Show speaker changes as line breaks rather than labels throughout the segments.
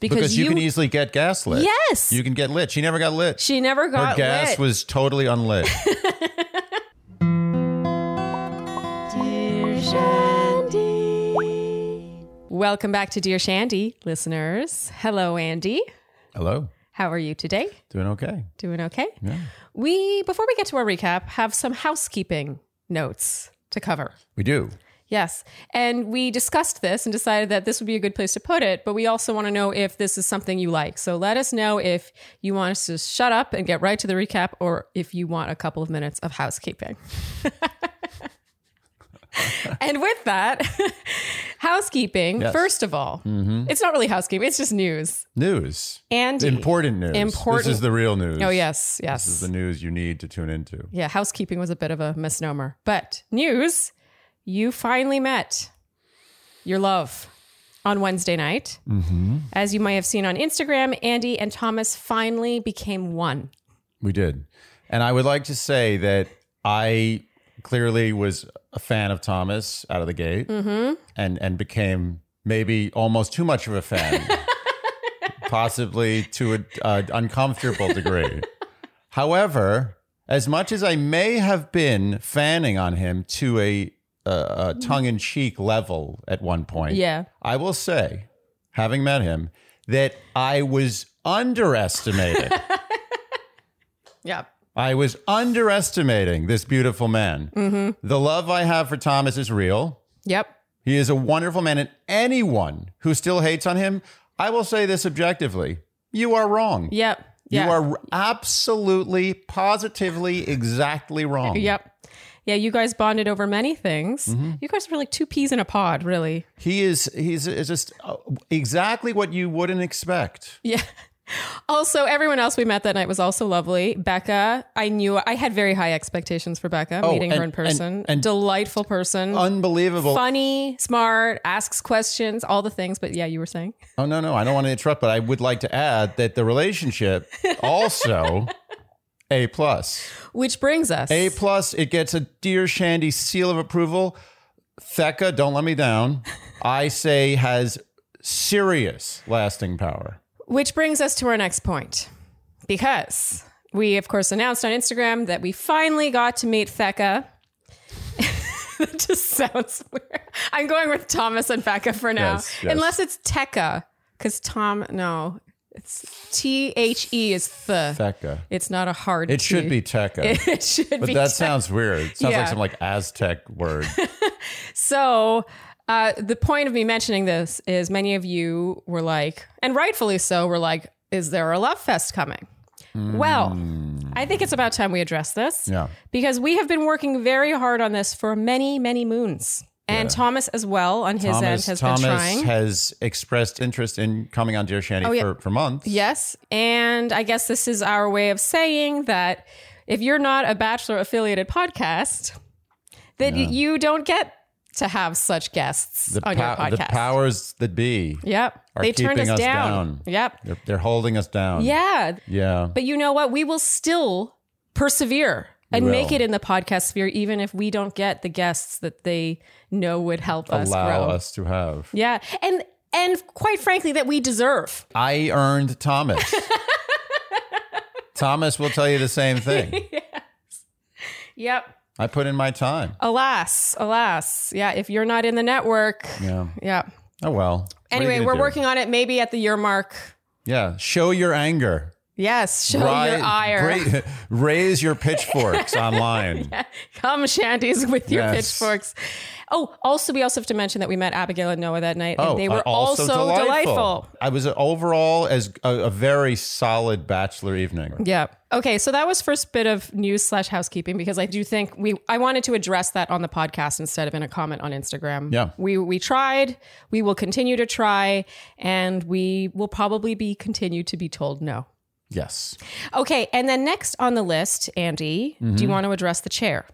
because,
Because you, can easily get gaslit.
Yes.
You can get lit. She never got lit.
she never
Her
got
gas
lit.
was totally unlit.
Welcome back to Dear Shandy, listeners. Hello, Andy.
Hello.
How are you today?
Doing okay.
Doing okay?
Yeah.
We before we get to our recap, have some housekeeping notes to cover.
We do.
Yes. And we discussed this and decided that this would be a good place to put it, but we also want to know if this is something you like. So let us know if you want us to shut up and get right to the recap or if you want a couple of minutes of housekeeping. and with that, housekeeping,
Yes. Mm-hmm.
first of all, it's not really housekeeping, it's just news.
News.
And
Important news.
Important-
This is the real news.
Oh, yes, yes.
This is the news you need to tune into.
yeah, housekeeping was a bit of a misnomer. But news, you finally met your love on Wednesday night.
Mm-hmm.
As you might have seen on Instagram, Andy and Thomas finally became one.
We did. And I would like to say that I clearly was a fan of Thomas out of the gate and, and became maybe almost too much of a fan, possibly to an uh, uncomfortable degree. However, as much as I may have been fanning on him to a, uh a tongue in cheek level at one point,
Yeah.
I will say, having met him, that I was underestimated.
Yeah.
I was underestimating this beautiful man.
Mm-hmm.
The love I have for Thomas is real.
Yep.
He is a wonderful man, and anyone who still hates on him, I will say this objectively you are wrong.
Yep.
You
Yeah.
are absolutely, positively, exactly wrong.
Yep. Yeah, you guys bonded over many things.
Mm-hmm.
You guys were like two peas in a pod, really.
He is, he's is just uh, exactly what you wouldn't expect.
Yeah. Also, everyone else we met that night was also lovely. Becca, I knew I had very high expectations for Becca, meeting
Oh, and-
her in person.
and- Oh, and-
Delightful person.
Unbelievable.
funny, smart, asks questions, all the things. But yeah, you were saying.
Oh no, no, I don't want to interrupt, but I would like to add that the relationship also a plus.
Which brings us.
A plus, it gets a dear Shandy seal of approval. Thecca, don't let me down. I say has serious lasting power.
Which brings us to our next point. Because we, of course, announced on Instagram that we finally got to meet Thecca. that just sounds weird. I'm going with Thomas and Becca for now.
Yes, yes.
Unless it's Tekka, because Tom, no, it's T H E is the.
Thecca.
It's not a hard
It should
T.
be Tekka.
It should
But
be
that sounds weird. It sounds
Yeah.
like some like Aztec word.
So, uh, the point of me mentioning this is many of you were like, and rightfully so, were like, is there a love fest coming? Well, I think it's about time we address this
Yeah.
because we have been working very hard on this for many, many moons. And Thomas, as well, on his end,
Thomas,
has
Thomas
been trying. Oh,
has expressed interest in coming on Dear Shandy
yeah.
for, for months.
yes. And I guess this is our way of saying that if you're not a Bachelor affiliated podcast, that y you don't get to have such guests
The,
on
pow-
your
the
podcast.
powers that be.
Yep.
are
they turned us,
keeping us
down.
down.
Yep.
They're, they're holding us down.
Yeah.
Yeah.
But you know what? We will still persevere and
will.
make it in the podcast sphere, even if we don't get the guests that they know would help us
Allow
grow.
us to have.
Yeah. And and quite frankly, that we deserve.
I earned Thomas. Thomas will tell you the same thing.
Yep.
I put in my time.
Alas, alas. Yeah. If you're not in the network.
Yeah.
Yeah.
Oh well. What are you
Anyway,
gonna
we're
do?
working on it maybe at the year mark.
Yeah. Show your anger.
Yes. Show
Ri-
your ire.
ra- raise your pitchforks online.
Come, shanties, with your
Yes.
pitchforks. Oh, also, we also have to mention that we met Abigail and Noah that night,
Oh,
and they
uh,
were also, delightful.
I was uh, overall as a, a very solid bachelor evening.
Yeah. Okay. So that was first bit of news slash housekeeping because I do think we I wanted to address that on the podcast instead of in a comment on Instagram.
Yeah.
We we tried. We will continue to try, and we will probably be continued to be told no.
Yes.
Okay. And then next on the list, Andy, do
Mm-hmm.
you want to address the chair?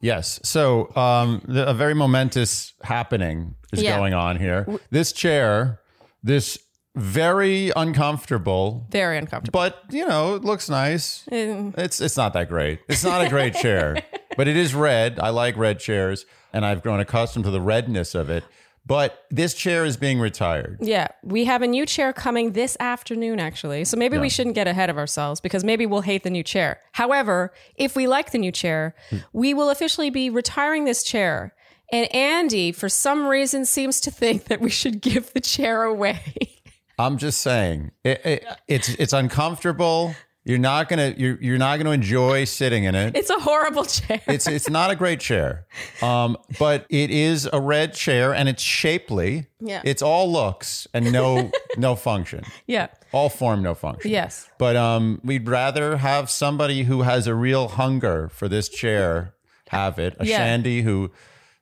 Yes. So um, the, a very momentous happening is
Yeah.
going on here. This chair, this very uncomfortable,
Very uncomfortable.
but you know, it looks nice.
Mm.
It's it's not that great. It's not a great chair, but it is red. I like red chairs, and I've grown accustomed to the redness of it. But this chair is being retired.
Yeah, we have a new chair coming this afternoon, actually. So maybe we shouldn't get ahead of ourselves because maybe we'll hate the new chair. However, if we like the new chair, we will officially be retiring this chair. And Andy, for some reason, seems to think that we should give the chair away.
I'm just saying, it, it, it's it's uncomfortable. You're not gonna you're, you're not gonna enjoy sitting in it.
It's a horrible chair.
It's it's not a great chair, um, but it is a red chair and it's shapely.
Yeah.
it's all looks and no no function,
yeah.
all form no function.
Yes.
But um, we'd rather have somebody who has a real hunger for this chair have it. A
Yeah.
Shandy who,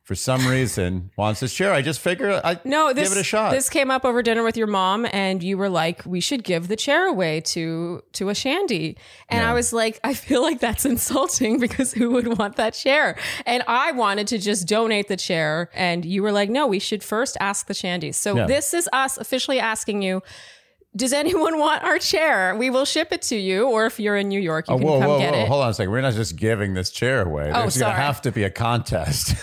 for some reason, wants this chair. I just figure I
No, this
give it a shot.
this came up over dinner with your mom, and you were like, "We should give the chair away to to a shandy," and I was like, "I feel like that's insulting because who would want that chair?" And I wanted to just donate the chair, and you were like, "No, we should first ask the shandies." So
Yeah.
this is us officially asking you. Does anyone want our chair? We will ship it to you, or if you're in New York, you
Oh,
can
whoa,
come
whoa,
get
whoa!
it. Oh,
Hold on a second. We're not just giving this chair away. There's
sorry.
gonna have to be a contest.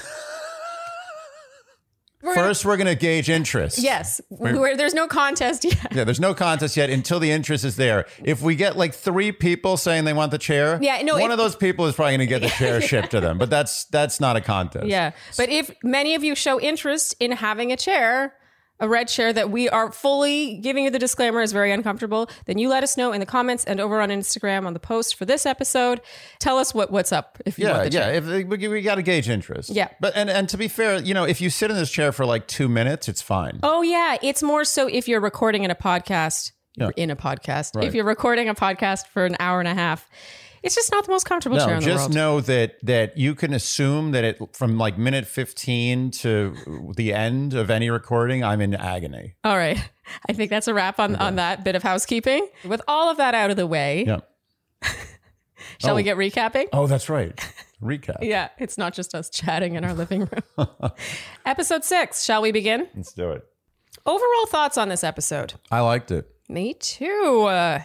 We're gonna-
First, we're gonna gauge interest.
yes, where there's no contest yet.
Yeah, there's no contest yet until the interest is there. If we get like three people saying they want the chair,
Yeah, no,
one
if-
of those people is probably gonna get the chair shipped to them. But that's that's not a contest.
Yeah. But if many of you show interest in having a chair, a red chair that we are fully giving you the disclaimer is very uncomfortable, then you let us know in the comments and over on Instagram on the post for this episode. Tell us what, what's up if you
Yeah,
want the chair.
yeah. If, we we got to gauge interest.
Yeah.
But and and to be fair, you know, if you sit in this chair for like two minutes, it's fine.
Oh, yeah. It's more so if you're recording in a podcast, you're in a podcast, if
Right.
you're recording a podcast for an hour and a half, it's just not the most comfortable chair
no,
in the
just
world.
know that that you can assume that it from like minute fifteen to the end of any recording, I'm in agony.
All right. I think that's a wrap on, on that bit of housekeeping. With all of that out of the way,
Yeah.
shall we
Oh.
get recapping?
Oh, that's right. Recap.
Yeah, it's not just us chatting in our living room. episode six, shall we begin?
Let's do it.
Overall thoughts on this episode?
I liked it.
Me too. Uh,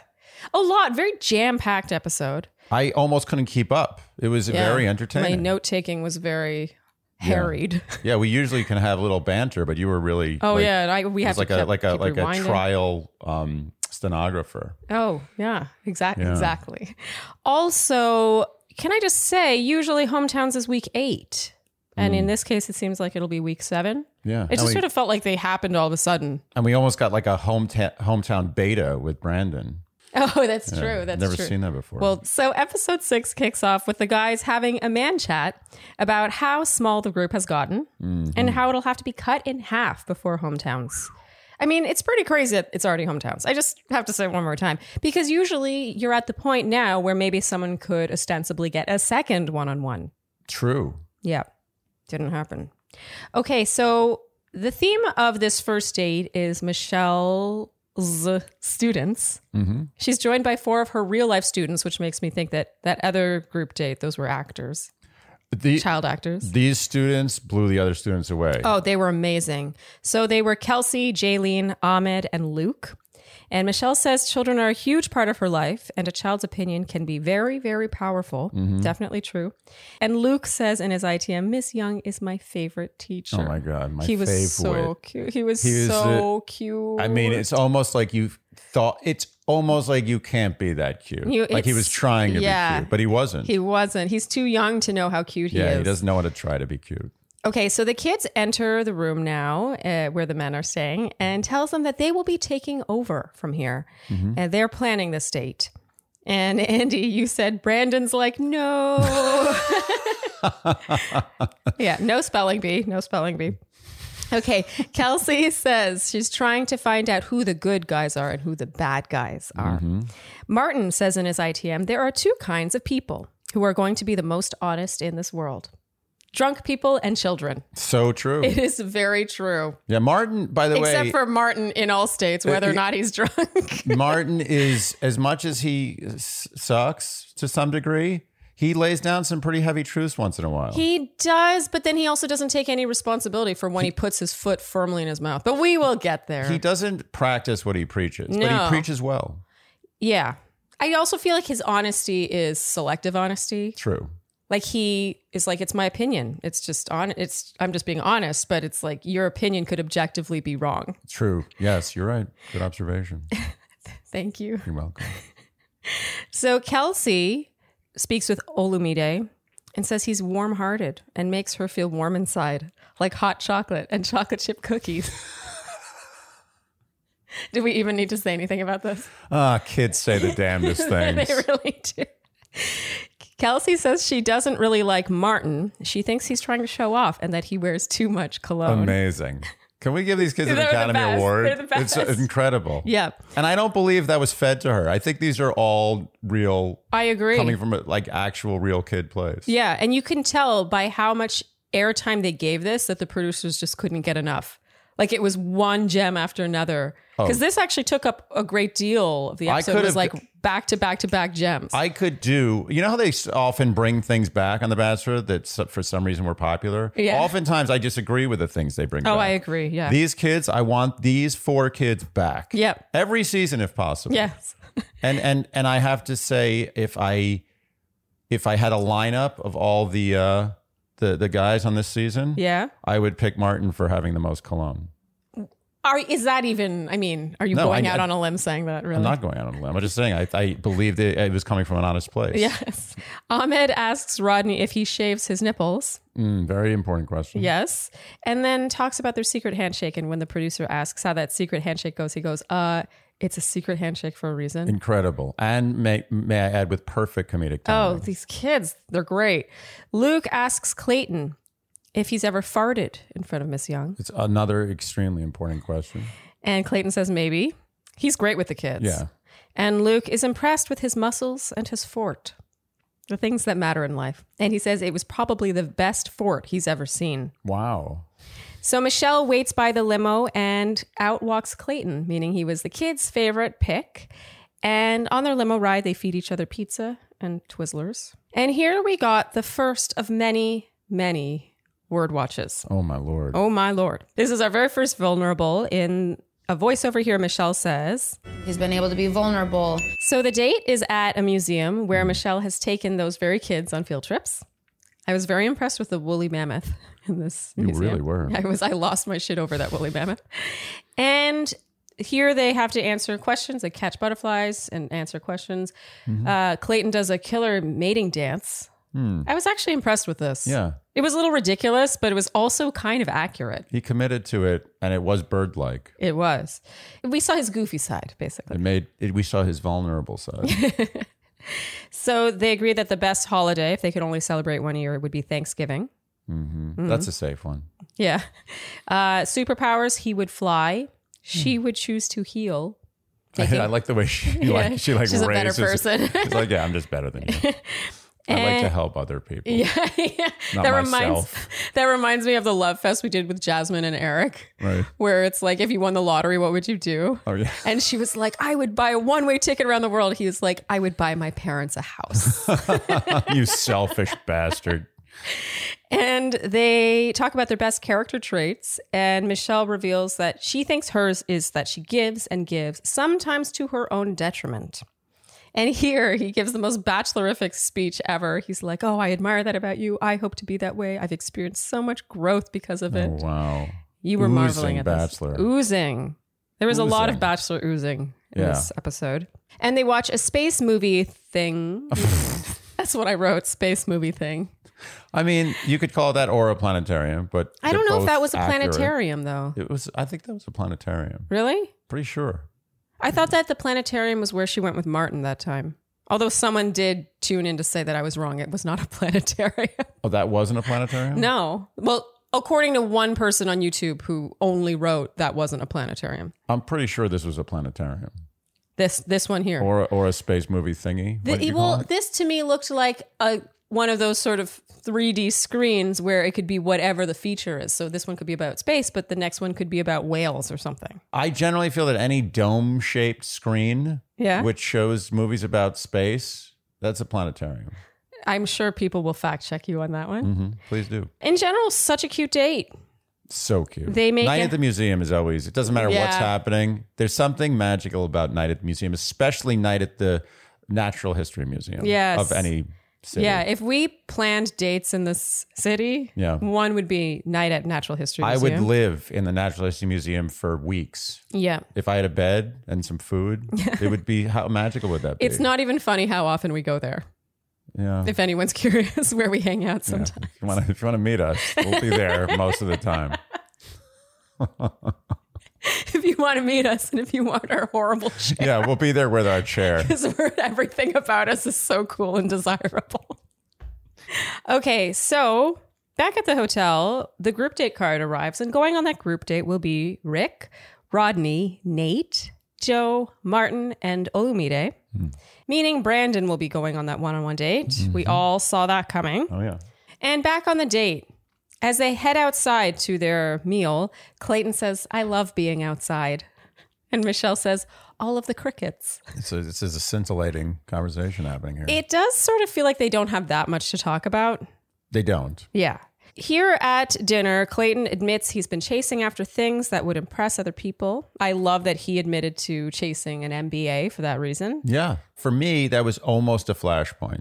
a lot, very jam packed episode.
I almost couldn't keep up. It was
Yeah.
very
My
entertaining.
note taking was very harried.
yeah, we usually can have a little banter, but you were really
Oh
like,
yeah, and I, we
it
have
was
to
like a
keep-
like a
keep
like a
rewinding.
trial um stenographer.
Oh yeah, exactly, exactly. Also, can I just say, usually hometowns is week eight, and in this case, it seems like it'll be week seven. It
Yeah. and,
just
Hmm. we,
sort of felt like they happened all of a sudden.
and we almost got like a hometown hometown beta with Brandon.
Oh, that's
Yeah,
true. That's
never
true.
seen that before.
Well, so episode six kicks off with the guys having a man chat about how small the group has gotten and how it'll have to be cut in half before hometowns. I mean, it's pretty crazy that it's already hometowns. I just have to say it one more time because usually you're at the point now where maybe someone could ostensibly get a second one on one.
true.
Yeah, didn't happen. Okay, so the theme of this first date is Michelle's students.
hmm
She's joined by four of her real life students, which makes me think that that other group date, those were actors,
The,
child actors.
these students blew the other students away.
Oh, they were amazing. So they were Kelsey, Jaylene, Ahmed, and Luke. And Michelle says children are a huge part of her life, and a child's opinion can be very, very powerful.
Mm-hmm.
Definitely true. And Luke says in his ITM, Miss Young is my favorite teacher.
Oh my god, my
He was
favorite.
so cute. He was,
was
so cute.
I mean, it's almost like you thought it's almost like you can't be that cute.
You-
like he
it's-
was trying to
yeah.
be cute, but he wasn't.
he wasn't. He's too young to know how cute he
yeah,
is.
he doesn't know how to try to be cute.
Okay, so the kids enter the room now uh, where the men are staying and tells them that they will be taking over from here. And they're planning this date. And Andy, you said Brandon's like, no. yeah, no spelling bee, no spelling bee. Okay, Kelsey says she's trying to find out who the good guys are and who the bad guys are. Martin says in his ITM there are two kinds of people who are going to be the most honest in this world drunk people and children.
So true.
It is very true.
Yeah, Martin, by the
Except
way,
for Martin in all states, whether or not he's drunk.
Martin is as much as he s- sucks to some degree, he lays down some pretty heavy truths once in a while.
he does, but then he also doesn't take any responsibility for when he, puts his foot firmly in his mouth. But we will get there.
He doesn't practice what he preaches, but
No.
he preaches well.
yeah. I also feel like his honesty is selective honesty.
True.
Like he is like, it's my opinion. It's just on. It's I'm just being honest, but it's like your opinion could objectively be wrong.
True. Yes, you're right. Good observation.
Thank you.
You're welcome.
So Kelsey speaks with Olumide and says he's warm-hearted and makes her feel warm inside, like hot chocolate and chocolate chip cookies. Do we even need to say anything about this?
Ah, kids say the damnedest things.
they really do. Kelsey says she doesn't really like Martin. She thinks he's trying to show off and that he wears too much cologne.
Amazing. Can we give these kids an
They're the
Academy
best.
Award?
They're the best.
It's incredible.
Yeah,
And I don't believe that was fed to her. I think these are all real,
I agree.
coming from like actual real kid plays.
Yeah, and you can tell by how much airtime they gave this that the producers just couldn't get enough. Like it was one gem after another. Because this actually took up a great deal of the
Oh. I
episode.
could
It was
have-
like back to back to back gems.
I could do. You know how they s- often bring things back on The Bachelor that s- for some reason were popular.
Yeah.
Oftentimes, I disagree with the things they bring.
oh,
back.
I agree. Yeah.
These kids, I want these four kids back.
Yep.
Every season, if possible.
yes.
And and and I have to say, if I if I had a lineup of all the uh, the the guys on this season,
Yeah.
I would pick Martin for having the most cologne.
Are is that even I mean, are you
No,
going
I-
out on a limb saying that really?
I'm not going out on a limb. I'm just saying I, I believed it, it was coming from an honest place.
Yes. Ahmed asks Rodney if he shaves his nipples.
Mm, very important question.
Yes. And then talks about their secret handshake. And when the producer asks how that secret handshake goes, he goes, uh, it's a secret handshake for a reason.
Incredible. And may, may I add, with perfect comedic
Oh,
timing.
these kids, they're great. Luke asks Clayton if he's ever farted in front of Miss Young.
It's another extremely important question.
And Clayton says maybe. He's great with the kids.
Yeah.
And Luke is impressed with his muscles and his fort, the things that matter in life. And he says it was probably the best fort he's ever seen.
Wow.
So Michelle waits by the limo and out walks Clayton, meaning he was the kids' favorite pick. And on their limo ride, they feed each other pizza and Twizzlers. And here we got the first of many, many word watches.
Oh, my Lord.
Oh my lord. This is our very first vulnerable in a voiceover here. Michelle says
He's been able to be vulnerable.
So the date is at a museum where Michelle has taken those very kids on field trips. I was very impressed with the woolly mammoth in this.
You
museum.
really were.
I was I lost my shit over that woolly mammoth. And here they have to answer questions. They catch butterflies and answer questions. Uh, Clayton does a killer mating dance. I was actually impressed with this.
Yeah.
It was a little ridiculous, but it was also kind of accurate.
He committed to it, and it was bird like.
It was. We saw his goofy side, basically.
It made it, we saw his vulnerable
Mm-hmm.
side.
So they agreed that the best holiday, if they could only celebrate one year, would be Thanksgiving.
That's a safe one.
Yeah. Uh, superpowers, he would fly. She would choose to heal.
I, like the way she like she like
She's a better
raises-
person. Eh.
She's like, yeah, I'm just better than you. I like to help other people.
Yeah, yeah.
Not
that reminds
myself.
that reminds me of the love fest we did with Jasmine and Eric,
Right.
where it's like if you won the lottery, what would you do?
Oh yeah.
And she was like, I would buy a one way ticket around the world. He was like, I would buy my parents a house.
you selfish bastard.
And they talk about their best character traits. And Michelle reveals that she thinks hers is that she gives and gives, sometimes to her own detriment. And here he gives the most bachelorific speech ever. He's like, Oh, I admire that about you. I hope to be that way. I've experienced so much growth because of it.
Oh, wow.
You were marveling
Oozing
at
bachelor.
this. Oozing. There was a lot of
Oozing.
bachelor oozing in
Yeah.
this episode. And they watch a space movie thing. That's what I wrote, space movie thing.
I mean, you could call that or a planetarium, but
I
they're
don't know if
both
that was a
accurate.
planetarium though.
It was. I think that was a planetarium.
Really?
Pretty sure.
I thought that the planetarium was where she went with Martin that time. Although someone did tune in to say that I was wrong. It was not a planetarium.
Oh, that wasn't a planetarium.
no. Well, according to one person on YouTube who only wrote that wasn't a planetarium.
I'm pretty sure this was a planetarium
This this one here.
or or a space movie thingy.
The-
What did you
well,
call it?
this to me looked like a one of those sort of 3D screens where it could be whatever the feature is. So this one could be about space, but the next one could be about whales or something.
I generally feel that any dome shaped screen,
Yeah.
which shows movies about space, that's a planetarium.
I'm sure people will fact check you on that one.
hmm Please do.
In general, such a cute date.
So cute.
They make
night
a-
at the museum is always. It doesn't matter what's
Yeah.
happening. There's something magical about night at the museum, especially night at the Natural History Museum
Yes.
of any city.
Yeah, if we planned dates in this city,
Yeah.
one would be night at Natural History
I would
Museum.
live in the Natural History Museum for weeks.
yeah.
If I had a bed and some food, it would be how magical would that be?
It's not even funny how often we go there.
Yeah.
If anyone's curious where we hang out
Yeah.
sometimes.
If you want to, if you want to meet us, we'll be there most of the time.
If you want to meet us and if you want our horrible shit,
Yeah, we'll be there with our chair.
because everything about us is so cool and desirable. okay, so back at the hotel, the group date card arrives, and going on that group date will be Rick, Rodney, Nate, Joe, Martin, and Olumide. Meaning Brandon will be going on that one on one date. We all saw that coming.
Oh yeah.
And back on the date, as they head outside to their meal, Clayton says, I love being outside. And Michelle says, all of the crickets.
It's a, this is a scintillating conversation happening here.
It does sort of feel like they don't have that much to talk about.
they don't.
Yeah. Here at dinner, Clayton admits he's been chasing after things that would impress other people. I love that he admitted to chasing an MBA for that reason.
Yeah. For me, that was almost a flashpoint.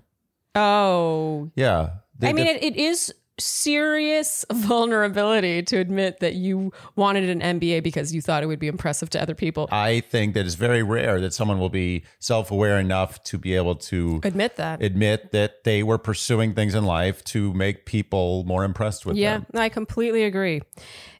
Oh,
Yeah. They
I mean,
def-
it, it is serious vulnerability to admit that you wanted an MBA because you thought it would be impressive to other people.
I think that it's very rare that someone will be self aware enough to be able to
Admit that.
admit that they were pursuing things in life to make people more impressed with
yeah,
them.
I completely agree.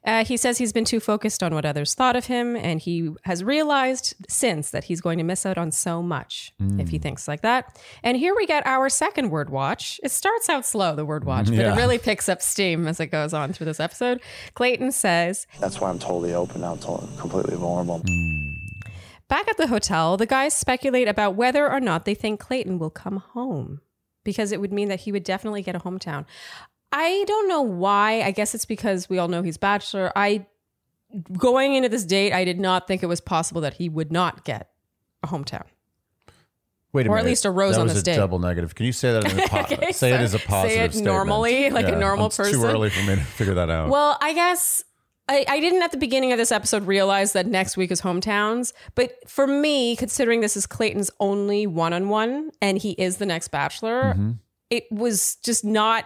Uh, he says he's been too focused on what others thought of him, and he has realized since that he's going to miss out on so much if
Mm.
he thinks like that. And here we get our second word watch. It starts out slow, the word watch, but
Yeah.
it really picks up steam as it goes on through this episode. Clayton says,
That's why I'm totally open. I'm to- completely vulnerable.
Back at the hotel, the guys speculate about whether or not they think Clayton will come home because it would mean that he would definitely get a hometown. I don't know why. I guess it's because we all know he's bachelor. I going into this date, I did not think it was possible that he would not get a hometown.
Wait a
Or at
minute.
least a rose
that
on
was
this
a
day.
double negative. Can you say that in a po-
Okay,
say
so-
it as a
say
positive
it
statement?
normally, like a normal
it's
person.
Too early for me to figure that out.
Well, I guess I, I didn't at the beginning of this episode realize that next week is hometowns. But for me, considering this is Clayton's only one on one and he is the next bachelor, it was just not,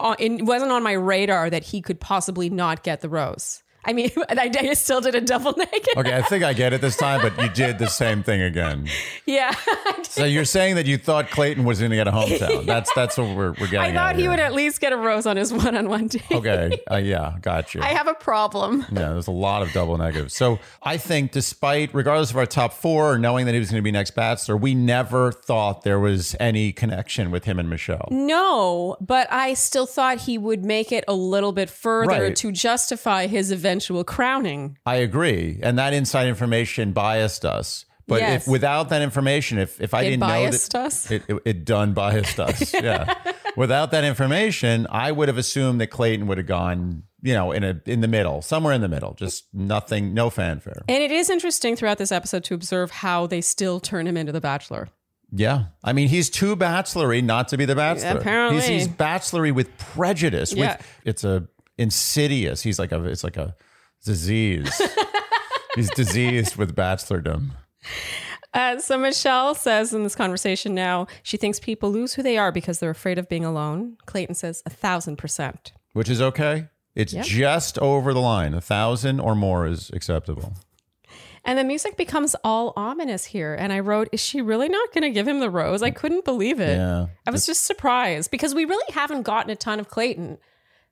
on, it wasn't on my radar that he could possibly not get the rose. I mean, and I, I still did a double naked.
okay, I think I get it this time, but you did the same thing again.
Yeah.
So you're saying that you thought Clayton was going to get a hometown. That's that's what we're, we're getting.
I
at
thought he
here.
would at least get a rose on his one on one date.
Okay, uh, yeah, got you.
I have a problem.
Yeah, there's a lot of double negatives. So I think, despite, regardless of our top four, knowing that he was going to be next bachelor, we never thought there was any connection with him and Michelle.
No, but I still thought he would make it a little bit further
Right.
to justify his eventual crowning.
I agree, and that inside information biased us. But
Yes.
if without that information, if if I
It
didn't
biased
know that
us?
it, it it done biased us, yeah. Without that information, I would have assumed that Clayton would have gone, you know, in a in the middle, somewhere in the middle, just nothing, no fanfare.
And it is interesting throughout this episode to observe how they still turn him into the bachelor.
Yeah. I mean, he's too bachelory not to be the bachelor.
Apparently.
He's, he's bachelory with prejudice.
Yeah.
With, it's a insidious. He's like a, it's like a disease. he's diseased with bachelordom.
Uh, so Michelle says in this conversation now, she thinks people lose who they are because they're afraid of being alone. Clayton says a thousand percent.
which is okay. It's just over the line. A thousand or more is acceptable.
And the music becomes all ominous here. And I wrote, Is she really not going to give him the rose? I couldn't believe it.
Yeah.
I was just surprised because we really haven't gotten a ton of Clayton.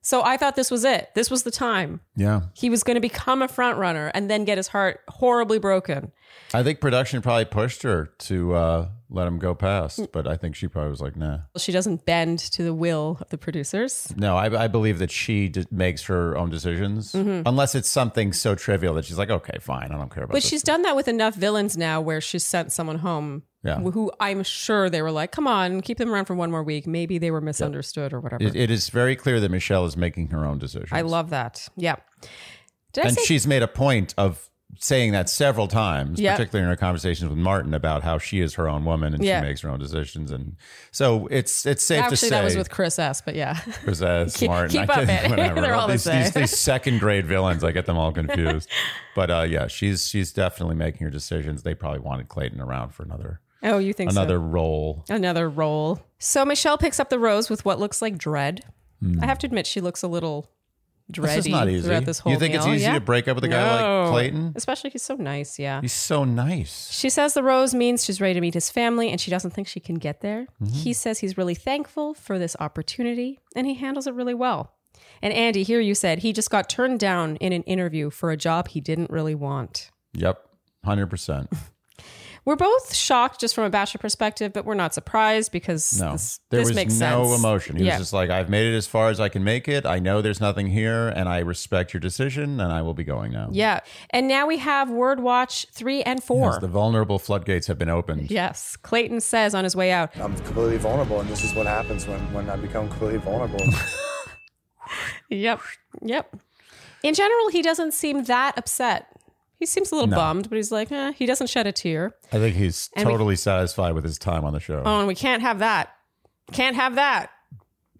So I thought this was it. This was the time.
Yeah.
He was going to become a front runner and then get his heart horribly broken.
I think production probably pushed her to uh, let him go
Mm.
past, but I think she probably was like, nah.
She doesn't bend to the will of the producers.
No, I, I believe that she d- makes her own decisions, unless it's something so trivial that she's like, okay, fine, I don't care about
Mm-hmm. But
this.
she's done that with enough villains now where she's sent someone home
Yeah.
who I'm sure they were like, come on, keep them around for one more week. Maybe they were misunderstood or whatever.
It, it is very clear that Michelle is making her own decisions.
I love that. Yeah. Did I
and
say
she's made a point of saying that several times,
Yep.
particularly in her conversations with Martin about how she is her own woman and
Yeah.
she makes her own decisions. And so it's it's safe to
actually
say
that was with Chris S, but yeah.
Because, uh, Martin,
keep
I
up
can't-
it.
whatever.
They're all the
these, these,
same.
these second grade villains, I get them all confused. but uh, yeah, she's she's definitely making her decisions. They probably wanted Clayton around for another
Oh, you think
another role.
so? Another roll. So Michelle picks up the rose with what looks like dread. I have to admit, she looks a little dready
Hmm. This is not easy.
throughout this whole
you think it's
meal.
easy
Yeah.
to break up with a guy like
No.
Clayton?
Especially he's so nice, yeah.
He's so nice.
She says the rose means she's ready to meet his family and she doesn't think she can get there.
Mm-hmm.
He says he's really thankful for this opportunity and he handles it really well. And Andy, here you said he just got turned down in an interview for a job he didn't really want.
Yep, hundred percent.
We're both shocked just from a bachelor perspective, but we're not surprised because
No,
this,
there
this
was
makes
no
sense.
emotion. He
yeah.
was just like, "I've made it as far as I can make it. I know there's nothing here, and I respect your decision, and I will be going now."
yeah. And now we have Word Watch 3 and 4.
Yes, the vulnerable floodgates have been opened.
yes. Clayton says on his way out,
I'm completely vulnerable, and this is what happens when, when I become completely vulnerable.
Yep. Yep. In general, he doesn't seem that upset. He seems a little bummed, but he's like, eh, he doesn't shed a tear.
I think he's
And we-
totally satisfied with his time on the show.
Oh, and we can't have that. Can't have that.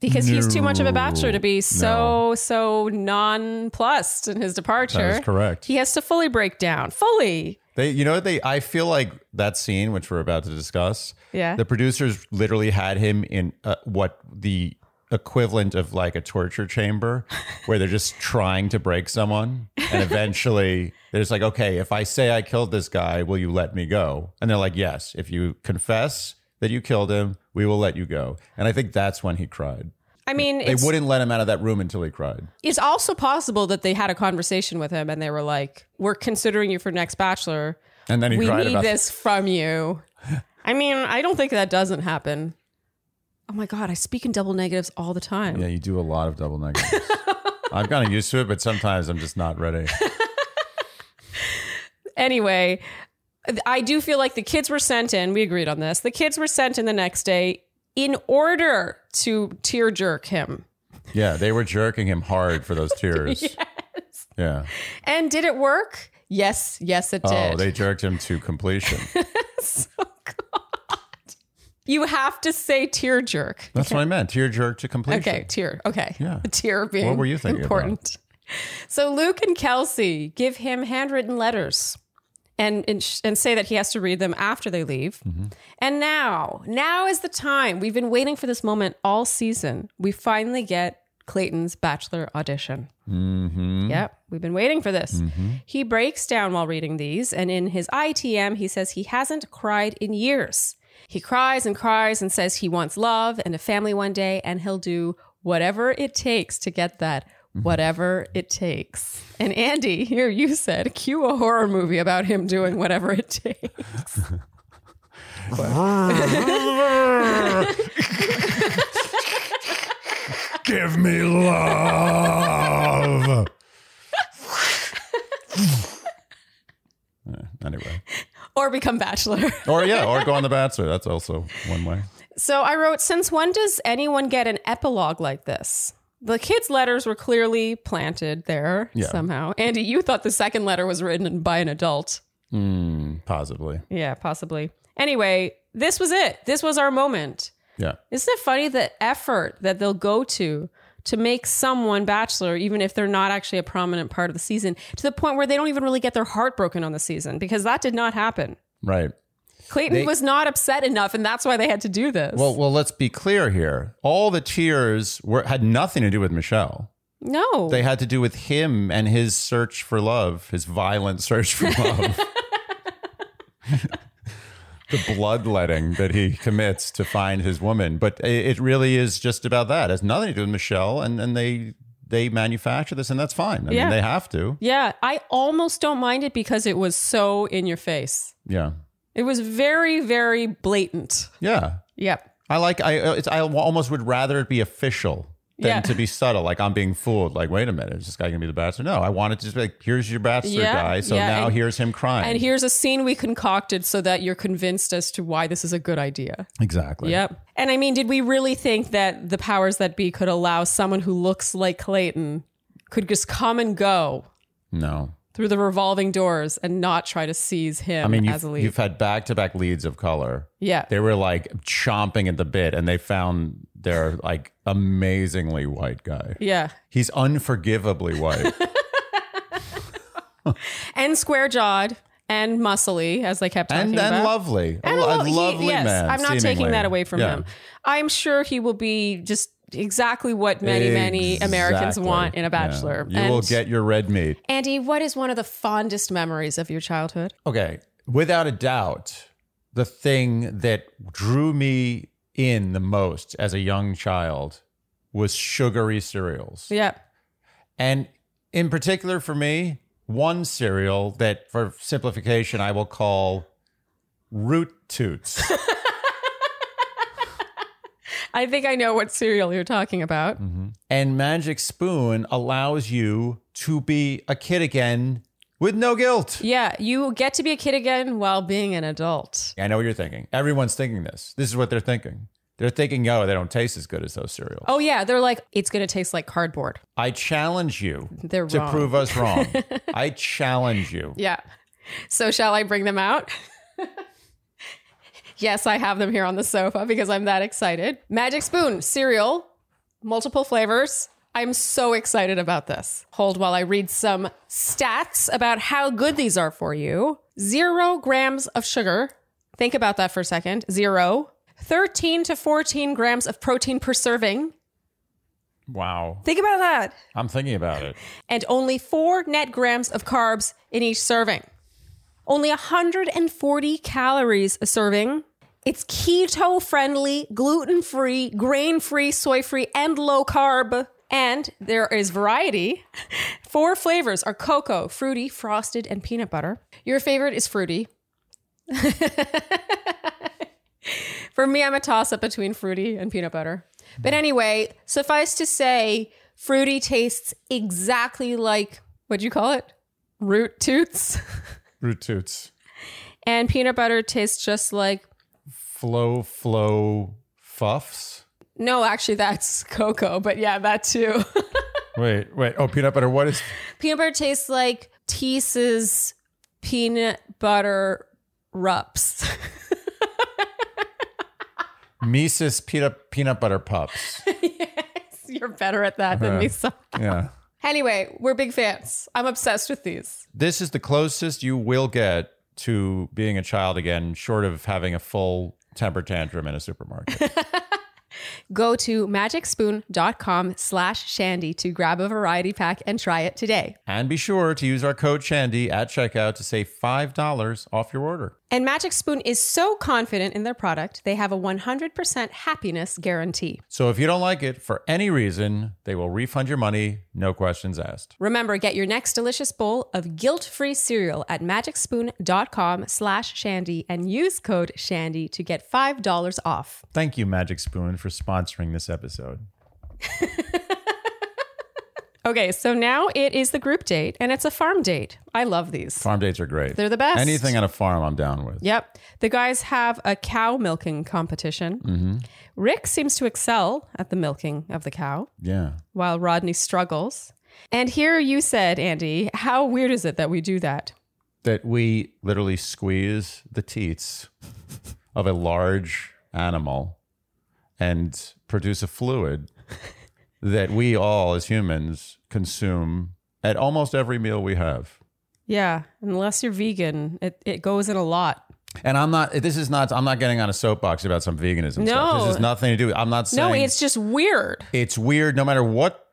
Because he's too much of a bachelor to be so, so nonplussed in his departure.
that is correct.
He has to fully break down. Fully.
They, you know, what they. I feel like that scene, which we're about to discuss.
Yeah.
The producers literally had him in uh, what the equivalent of like a torture chamber, where they're just trying to break someone, and eventually they're just like, "Okay, if I say I killed this guy, will you let me go?" And they're like, "Yes, if you confess that you killed him, we will let you go." And I think that's when he cried.
I mean,
They
it's,
wouldn't let him out of that room until he cried.
it's also possible that they had a conversation with him and they were like, we're considering you for next bachelor.
And then he
we
cried
need
about
this from you. I mean, I don't think that doesn't happen. Oh my god, I speak in double negatives all the time.
Yeah, you do a lot of double negatives. I'm kind of used to it, but sometimes I'm just not ready.
Anyway, I do feel like the kids were sent in. We agreed on this. The kids were sent in the next day in order to tear jerk him.
Yeah, they were jerking him hard for those tears. Yeah.
And did it work? Yes, yes, it did.
Oh, they jerked him to completion.
oh god. You have to say tear jerk.
That's what I meant. Tear jerk to completion.
Okay, tear. Okay.
Yeah.
The tear being
were you thinking about?
important. So Luke and Kelsey give him handwritten letters and, and sh- and say that he has to read them after they leave.
Mm-hmm.
And now, now is the time. We've been waiting for this moment all season. We finally get Clayton's bachelor audition.
Mm-hmm.
Yep, we've been waiting for this. He breaks down while reading these, and in his ITM, he says he hasn't cried in years. He cries and cries and says he wants love and a family one day, and he'll do whatever it takes to get that. Whatever it takes. And Andy, here you said, cue a horror movie about him doing whatever it takes.
Give me love. anyway.
Or become bachelor.
Or yeah, or go on the bachelor. That's also one way.
So I wrote, since when does anyone get an epilogue like this? The kids' letters were clearly planted there
Yeah.
somehow. Andy, you thought the second letter was written by an adult.
Mm, possibly.
Yeah, possibly. Anyway, this was it. This was our moment.
Yeah.
Isn't it funny the effort that they'll go to to make someone bachelor, even if they're not actually a prominent part of the season, to the point where they don't even really get their heart broken on the season because that did not happen.
Right.
Clayton
They-
was not upset enough, and that's why they had to do this.
Well, well, let's be clear here. All the tears were had nothing to do with Michelle.
no,
They had to do with him and his search for love, his violent search for love. the bloodletting that he commits to find his woman. But i- it really is just about that. It has nothing to do with Michelle and, and they they manufacture this and that's fine. I
Yeah.
mean they have to.
Yeah, I almost don't mind it because it was so in your face.
Yeah.
It was very, very blatant.
Yeah.
Yep.
I like I uh, it's, I almost would rather it be official than
Yeah.
to be subtle. Like I'm being fooled. Like wait a minute, is this guy gonna be the bachelor? No, I wanted to just be like here's your bachelor
Yeah,
guy. So
yeah,
now
and-
here's him crying.
And here's a scene we concocted so that you're convinced as to why this is a good idea.
exactly.
Yep. And I mean, did we really think that the powers that be could allow someone who looks like Clayton could just come and go
No.
through the revolving doors and not try to seize him
I mean,
as
you've,
a lead?
you've had back to back leads of color.
yeah.
They were like chomping at the bit, and they found their like amazingly white guy.
Yeah.
He's unforgivably white.
And square jawed and muscly, as they kept talking
and
about.
and lovely, a, lo-
well,
a
he-
lovely
yes,
man.
I'm not
seemingly.
taking that away from
Yeah.
him. I'm sure he will be just exactly what many, many Americans
Exactly.
want in a bachelor.
Yeah. You
and
will get your red meat.
Andy, what is one of the fondest memories of your childhood?
Okay, without a doubt, the thing that drew me in the most as a young child was sugary cereals.
Yeah.
And in particular for me, one cereal that for simplification I will call Root Toots.
I think I know what cereal you're talking about.
Mm-hmm. and Magic Spoon allows you to be a kid again with no guilt.
Yeah, you get to be a kid again while being an adult.
I know what you're thinking. Everyone's thinking this. This is what they're thinking. They're thinking, oh, they don't taste as good as those cereals.
Oh yeah, they're like it's going to taste like cardboard.
I challenge you
They're
to
wrong.
prove us wrong. I challenge you.
Yeah. So shall I bring them out? yes, I have them here on the sofa because I'm that excited. Magic Spoon cereal, multiple flavors. I'm so excited about this. Hold while I read some stats about how good these are for you. Zero grams of sugar. Think about that for a second. Zero. 13 to 14 grams of protein per serving.
Wow.
Think about that.
I'm thinking about it.
and only four net grams of carbs in each serving. Only 140 calories a serving. It's keto friendly, gluten free, grain free, soy free, and low carb. And there is variety. Four flavors are cocoa, fruity, frosted, and peanut butter. Your favorite is fruity. For me, I'm a toss up between fruity and peanut butter. But anyway, suffice to say, fruity tastes exactly like what'd you call it? Root toots.
Root Toots.
And peanut butter tastes just like
Flow, flow, fuffs.
no, actually, that's cocoa, but yeah, that too.
Wait, wait. Oh, peanut butter. What is
peanut butter tastes like Tease's peanut butter rups.
Mises peanut peanut butter pups?
yes, you're better at that than me. So.
Yeah.
Anyway, we're big fans. I'm obsessed with these.
this is the closest you will get to being a child again, short of having a full temper tantrum in a supermarket.
Go to magicspoon.com slash shandy to grab a variety pack and try it today.
and be sure to use our code Shandy at checkout to save five dollars off your order.
And Magic Spoon is so confident in their product, they have a 100% happiness guarantee.
So if you don't like it for any reason, they will refund your money, no questions asked.
Remember, get your next delicious bowl of guilt-free cereal at magicspoon.com slash shandy and use code shandy to get $5 off.
Thank you, Magic Spoon, for sponsoring this episode.
Okay, so now it is the group date and it's a farm date. I love these.
Farm dates are great.
They're the best.
Anything on a farm, I'm down with.
Yep. The guys have a cow milking competition.
Mm-hmm.
Rick seems to excel at the milking of the cow
Yeah.
while Rodney struggles. And here you said, Andy, how weird is it that we do that?
That we literally squeeze the teats of a large animal and produce a fluid that we all as humans consume at almost every meal we have.
Yeah, unless you're vegan, it, it goes in a lot.
And I'm not this is not I'm not getting on a soapbox about some veganism stuff.
No.
This is nothing to do. I'm not saying
No, it's just weird.
it's weird no matter what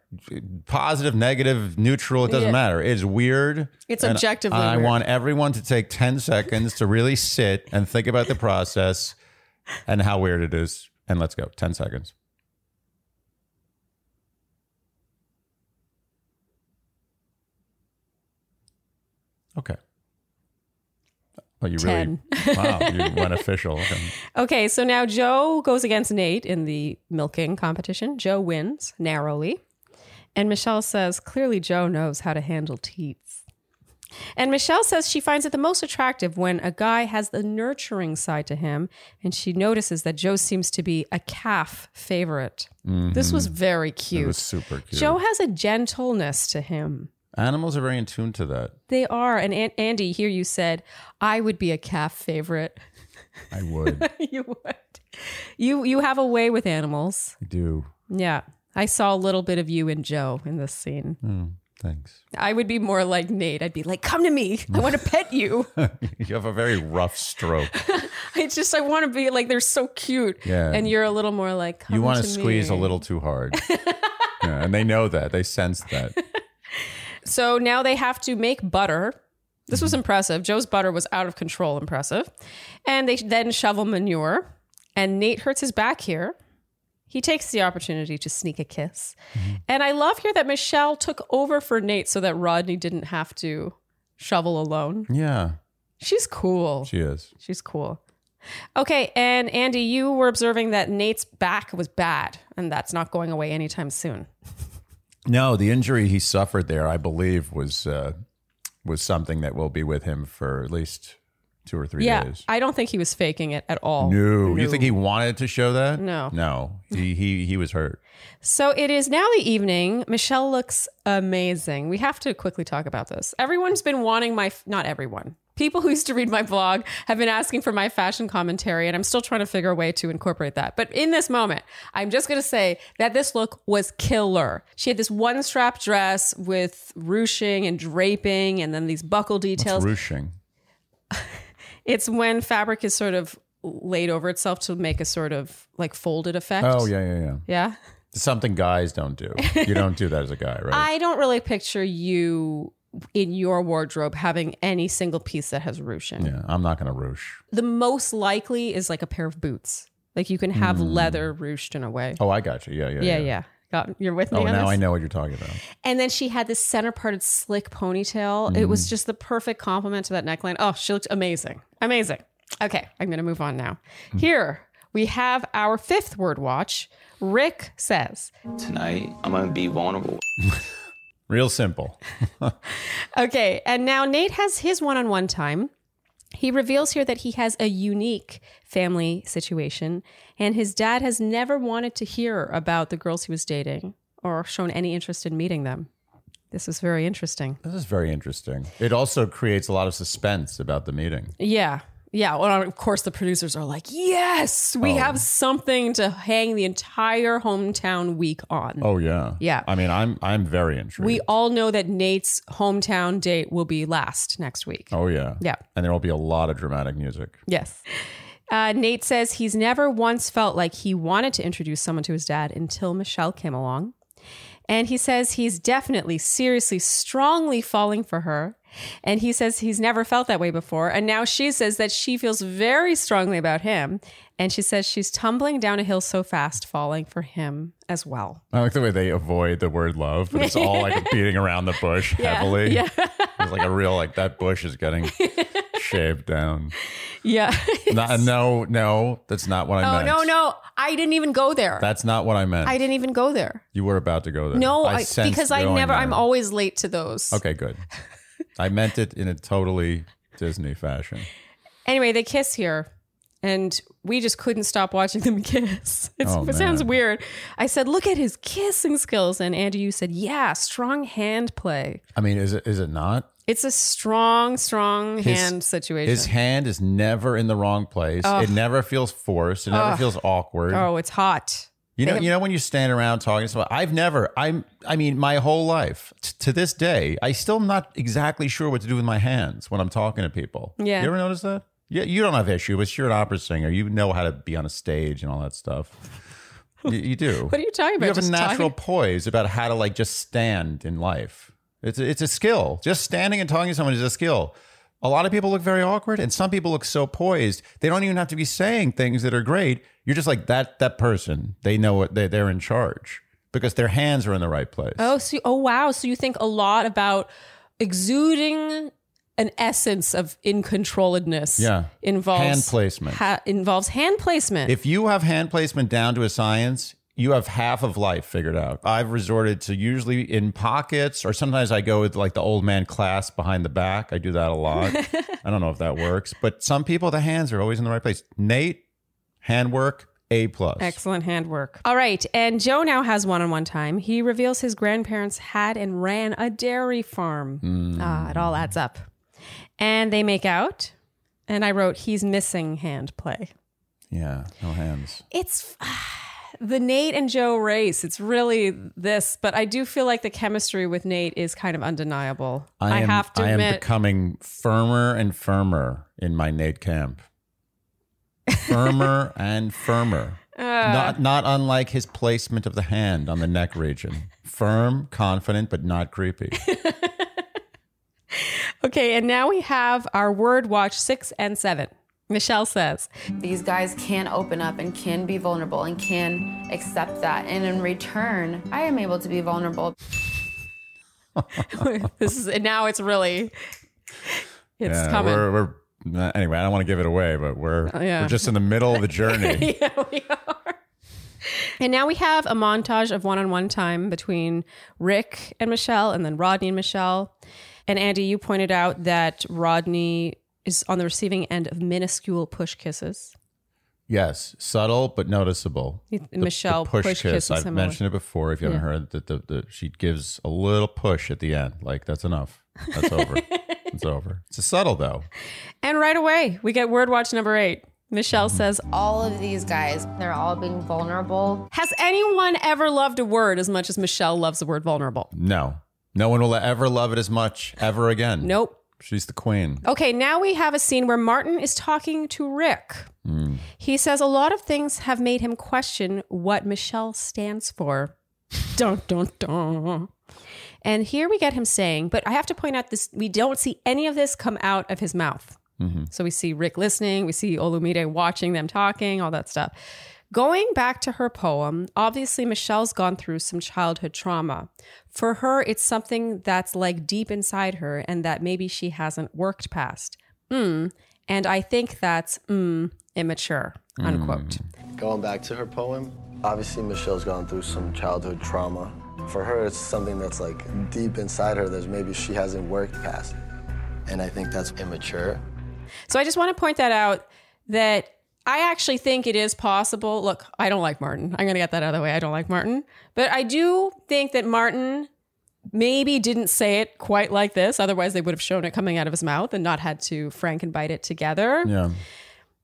positive negative neutral it doesn't
Yeah.
matter it's weird
It's
And
objectively
i
weird.
want everyone to take 10 seconds to really sit and think about the process and how weird it is and let's go 10 seconds okay oh you
10.
really wow you went official Okay.
Okay, so now Joe goes against Nate in the milking competition. Joe wins narrowly. And Michelle says, clearly Joe knows how to handle teats. And Michelle says she finds it the most attractive when a guy has the nurturing side to him. And she notices that Joe seems to be a calf favorite. This was very cute.
it Mm-hmm. was super cute
Joe has a gentleness to him.
animals are very in tune to that
They are. And An- Andy, here you said, I would be a calf favorite.
i would
you would. You you have a way with animals.
I do
Yeah. I saw a little bit of you and Joe in this scene.
Thanks.
I would be more like Nate. I'd be like, come to me. I want to pet you.
You have a very rough stroke.
I just, I want to be like, they're so cute.
Yeah.
And you're a little more like, come
You want
me."
to squeeze a little too hard. Yeah, and they know that. They sense that.
So now they have to make butter. This was impressive. Joe's butter was out of control, impressive. And they then shovel manure. And Nate hurts his back here. He takes the opportunity to sneak a kiss.
Mm-hmm.
And I love here that Michelle took over for Nate so that Rodney didn't have to shovel alone.
Yeah,
She's cool.
she is.
She's cool. Okay, and Andy, you were observing that Nate's back was bad, and that's not going away anytime soon.
No, the injury he suffered there, I believe, was uh, was something that will be with him for at least two or three
Yeah,
days.
I don't think he was faking it at all.
No. you think he wanted to show that?
No.
no, he he he was hurt.
So it is now the evening. Michelle looks amazing. We have to quickly talk about this. Everyone's been wanting my, not everyone, people who used to read my blog have been asking for my fashion commentary, and I'm still trying to figure a way to incorporate that. But in this moment, I'm just going to say that this look was killer. She had this one strap dress with ruching and draping, and then these buckle details.
Ruching.
It's when fabric is sort of laid over itself to make a sort of like folded effect.
Oh yeah, yeah, yeah.
Yeah.
Something guys don't do. You don't do that as a guy, right?
I don't really picture you in your wardrobe having any single piece that has ruching.
yeah, I'm not gonna ruche.
The most likely is like a pair of boots. Like you can have leather ruched in a way.
Mm. Oh, I got you. Yeah, yeah,
yeah,
yeah.
yeah. Got, you're with me
Oh,
on
now
this?
I know what you're talking about.
And then she had this center parted slick ponytail. It
Mm.
was just the perfect complement to that neckline. Oh, she looked amazing. Amazing. Okay, I'm going to move on now.
Mm.
Here we have our fifth word watch. Rick says,
Tonight, I'm gonna be vulnerable.
Real simple.
Okay, and now Nate has his one on one time. He reveals here that he has a unique family situation, and his dad has never wanted to hear about the girls he was dating or shown any interest in meeting them. This is very interesting.
This is very interesting. It also creates a lot of suspense about the meeting.
Yeah. Yeah. Well, of course, the producers are like, yes, we have something to hang the entire hometown week on.
Oh yeah.
Yeah.
I mean, I'm I'm very intrigued.
We all know that Nate's hometown date will be last next week.
Oh yeah.
Yeah.
And there will be a lot of dramatic music.
Yes. Uh, Nate says he's never once felt like he wanted to introduce someone to his dad until Michelle came along. And he says he's definitely, seriously, strongly falling for her. And he says he's never felt that way before. And now she says that she feels very strongly about him. And she says she's tumbling down a hill so fast, falling for him as well.
I like the way they avoid the word love, but it's all like beating around the bush heavily.
Yeah.
It's like a real like that bush is getting shaved down.
Yeah.
No, no, no, that's not what I
oh,
meant.
no, no. I didn't even go there.
That's not what I meant.
I didn't even go there.
you were about to go there.
No, I
sensed
because I
going
never,
there.
I'm always late to those.
Okay, good. I meant it in a totally Disney fashion.
Anyway, they kiss here, and we just couldn't stop watching them kiss. It's,
Oh,
it sounds
man.
weird. I said, "Look at his kissing skills," and Andy, you said, "Yeah, strong hand play.
I mean, is it is it not?
It's a strong, strong hand situation."
His hand is never in the wrong place. It never feels forced. It never feels awkward.
oh, it's hot.
You know, you know when you stand around talking to someone. I've never. I'm. I mean, my whole life t- to this day, I still am not exactly sure what to do with my hands when I'm talking to people.
Yeah.
You ever notice that? Yeah. You don't have issue, but you're an opera singer. You know how to be on a stage and all that stuff. You, you do.
What are you talking about?
You have a
Just
natural
talking?
poise about how to like just stand in life. It's a, it's a skill. Just standing and talking to someone is a skill. A lot of people look very awkward, and some people look so poised they don't even have to be saying things that are great. You're just like that that person. They know what they they're in charge because their hands are in the right place.
Oh, so oh wow. So you think a lot about exuding an essence of in controlledness.
Yeah.
involves
Hand placement.
Ha, involves hand placement.
If you have hand placement down to a science, you have half of life figured out. I've resorted to usually in pockets, or sometimes I go with like the old man clasp behind the back. I do that a lot. I don't know if that works, but some people, the hands are always in the right place. Nate, handwork, A plus.
Excellent handwork. All right. And Joe now has one on one time. He reveals his grandparents had and ran a dairy farm.
Hmm.
Ah, it all adds up. And they make out. And I wrote, he's missing hand play.
Yeah, no hands.
It's the Nate and Joe race. It's really this, but I do feel like the chemistry with Nate is kind of undeniable. I,
am,
have to
I am
admit,
becoming firmer and firmer in my Nate camp. Firmer and firmer.
Uh.
not not unlike his placement of the hand on the neck region. Firm, confident, but not creepy.
okay. And now we have our word watch six and seven. Michelle says,
These guys can open up and can be vulnerable and can accept that. And in return, I am able to be vulnerable.
"This is now it's really, it's
Yeah,
coming." Oh,
We're, we're nah, anyway. I don't want to give it away, but we're
yeah.
we're just in the middle of the journey.
yeah, we are. And now we have a montage of one on one time between Rick and Michelle and then Rodney and Michelle. And Andy, you pointed out that Rodney is on the receiving end of minuscule push kisses.
yes, subtle but noticeable.
You- Michelle
push,
push
kiss.
kisses
I've
him
mentioned it before. If you haven't heard that, the, the, she gives a little push at the end. Like that's enough. That's over. it's over. It's a subtle though.
And right away, we get word watch number eight. Michelle
Mm-hmm.
says,
All of these guys, they're all being vulnerable.
Has anyone ever loved a word as much as Michelle loves the word vulnerable?
No, no one will ever love it as much ever again.
Nope. Oh.
She's the queen.
Okay, now we have a scene where Martin is talking to Rick. He says a lot of things have made him question what Michelle stands for. dun dun dun. And here we get him saying, but I have to point out this we don't see any of this come out of his mouth. So we see Rick listening, we see Olumide watching them talking, all that stuff. Going back to her poem, obviously Michelle's gone through some childhood trauma. For her, it's something that's like deep inside her and that maybe she hasn't worked past. Mm. And I think that's mm, immature, unquote.
Going back to her poem, obviously Michelle's gone through some childhood trauma. For her, it's something that's like deep inside her that maybe she hasn't worked past. And I think that's immature.
So I just want to point that out that I actually think it is possible. Look, I don't like Martin. I'm going to get that out of the way. I don't like Martin. But I do think that Martin maybe didn't say it quite like this. Otherwise, they would have shown it coming out of his mouth and not had to Frankenbite it together.
Yeah.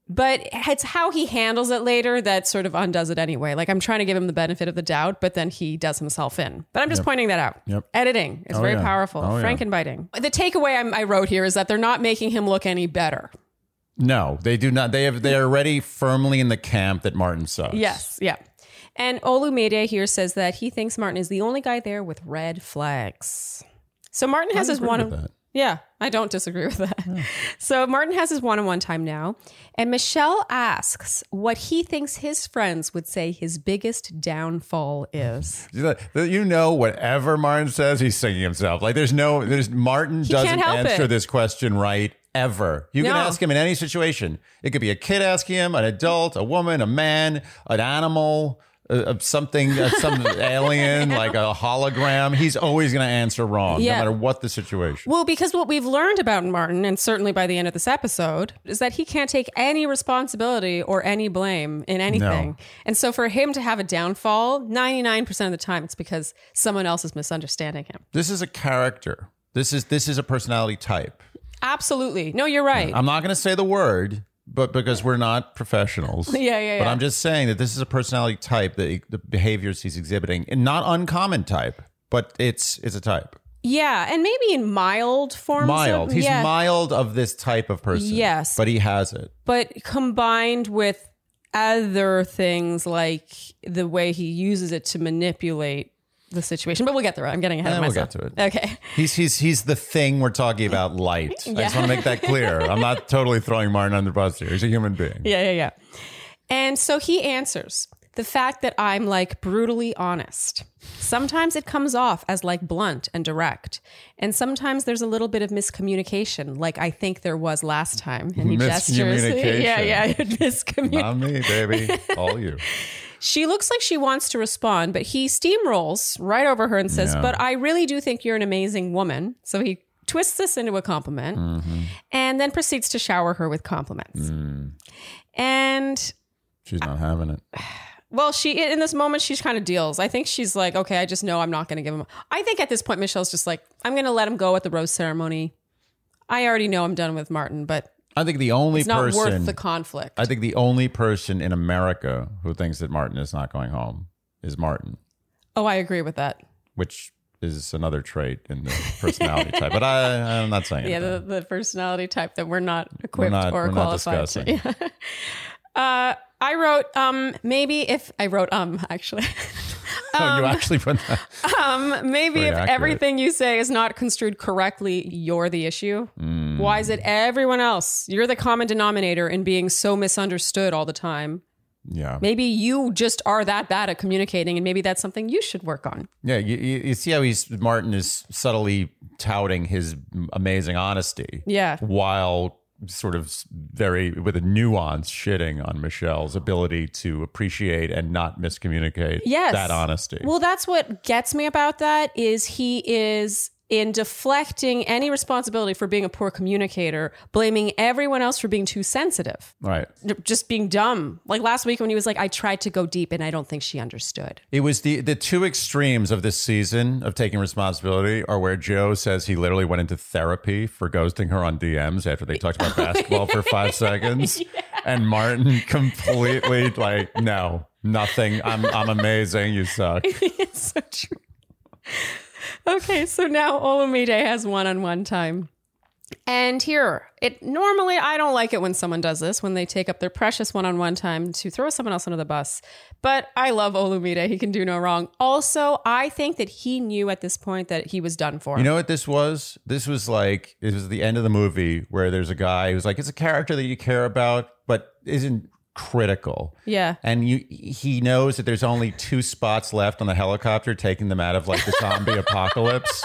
But it's how he handles it later that sort of undoes it anyway. Like I'm trying to give him the benefit of the doubt, but then he does himself in. But I'm just pointing that out.
Yep.
Editing is
Oh,
very
yeah.
powerful.
Oh, yeah.
Frankenbiting. The takeaway I'm, I wrote here is that they're not making him look any better.
No, they do not. They have. They are already firmly in the camp that Martin sucks.
Yes, yeah. And Olumide here says that he thinks Martin is the only guy there with red flags. So Martin has his
agree
one
with that.
Yeah, I don't disagree with that. So Martin has his one-on-one time now, and Michelle asks what he thinks his friends would say his biggest downfall is.
You know- You know, whatever Martin says, he's singing himself. Like there's no, there's Martin doesn't
can't help
answer
it.
this question right ever. You can
No.
ask him in any situation. It could be a kid asking him, an adult, a woman, a man, an animal, uh, uh, something, uh, some alien, like a hologram. He's always going to answer wrong, no
Yeah.
matter what the situation.
Well, because what we've learned about Martin, and certainly by the end of this episode, is that he can't take any responsibility or any blame in anything. And so for him to have a downfall, 99% of the time, it's because someone else is misunderstanding him.
This is a character. This is this is a personality type.
Absolutely. No, you're right.
I'm not going to say the word, but because we're not professionals.
Yeah, yeah,
But
yeah.
I'm just saying that this is a personality type that he- the behaviors he's exhibiting, and not uncommon type, but it's it's a type.
yeah. And maybe in mild forms. of-
Mild. He's
yeah.
mild of this type of person.
Yes.
But he has it.
But combined with other things like the way he uses it to manipulate the situation. But we'll get there. I'm getting ahead
Eh,
of
we'll
myself.
get to it.
Okay.
He's he's he's the thing we're talking about. Light. I just want to make that clear. I'm not totally throwing Martin under the bus here. He's a human being.
Yeah, yeah, yeah. And so he answers the fact that I'm like brutally honest. Sometimes it comes off as like blunt and direct. And sometimes there's a little bit of miscommunication, like I think there was last time. And he gestures. Yeah,
Miscommunication.
yeah, miscommunication.
Not me, baby. All you.
She looks like she wants to respond, but he steamrolls right over her and says, But I really do think you're an amazing woman. So he twists this into a compliment
Mm-hmm.
and then proceeds to shower her with compliments.
Mm.
And
She's not having it.
well, she in this moment she's kind of deals. I think she's like, okay, I just know I'm not going to give him. I think at this point Michelle's just like, I'm going to let him go at the rose ceremony. I already know I'm done with Martin, but
I think the only
It's not
person
worth the conflict.
I think the only person in America who thinks that Martin is not going home is Martin,
oh, I agree with that.
which is another trait in the personality type. But I, I'm not saying
Yeah,
anything.
the, the personality type that we're not equipped
not-
or
we're not
qualified to.
discussing.
Yeah. Uh, I wrote um maybe if I wrote um actually
Oh, you actually put that.
um maybe
Very
if
accurate.
everything you say is not construed correctly, you're the issue.
Hmm.
Why is it everyone else? You're the common denominator in being so misunderstood all the time.
Yeah.
Maybe you just are that bad at communicating, and maybe that's something you should work on.
Yeah, you, you you see how he's Martin is subtly touting his amazing honesty.
Yeah.
While sort of very with a nuance shitting on Michelle's ability to appreciate and not miscommunicate
Yes.
that honesty.
Well, that's what gets me about that is he is in deflecting any responsibility for being a poor communicator, blaming everyone else for being too sensitive,
right.
just being dumb. Like last week when he was like, "I tried to go deep, and I don't think she understood."
It was the the two extremes of this season of taking responsibility are where Joe says he literally went into therapy for ghosting her on DMs after they talked about basketball for five seconds, and Martin completely like no nothing. I'm I'm amazing. You suck.
it's so true. Okay, so now Olamide has one on one time. And here, it normally I don't like it when someone does this, when they take up their precious one on one time to throw someone else under the bus. But I love Olumide. He can do no wrong. Also, I think that he knew at this point that he was done for.
You know what this was? This was like it was the end of the movie where there's a guy who's like it's a character that you care about but isn't critical.
Yeah.
And you he knows that there's only two spots left on the helicopter taking them out of like the zombie apocalypse.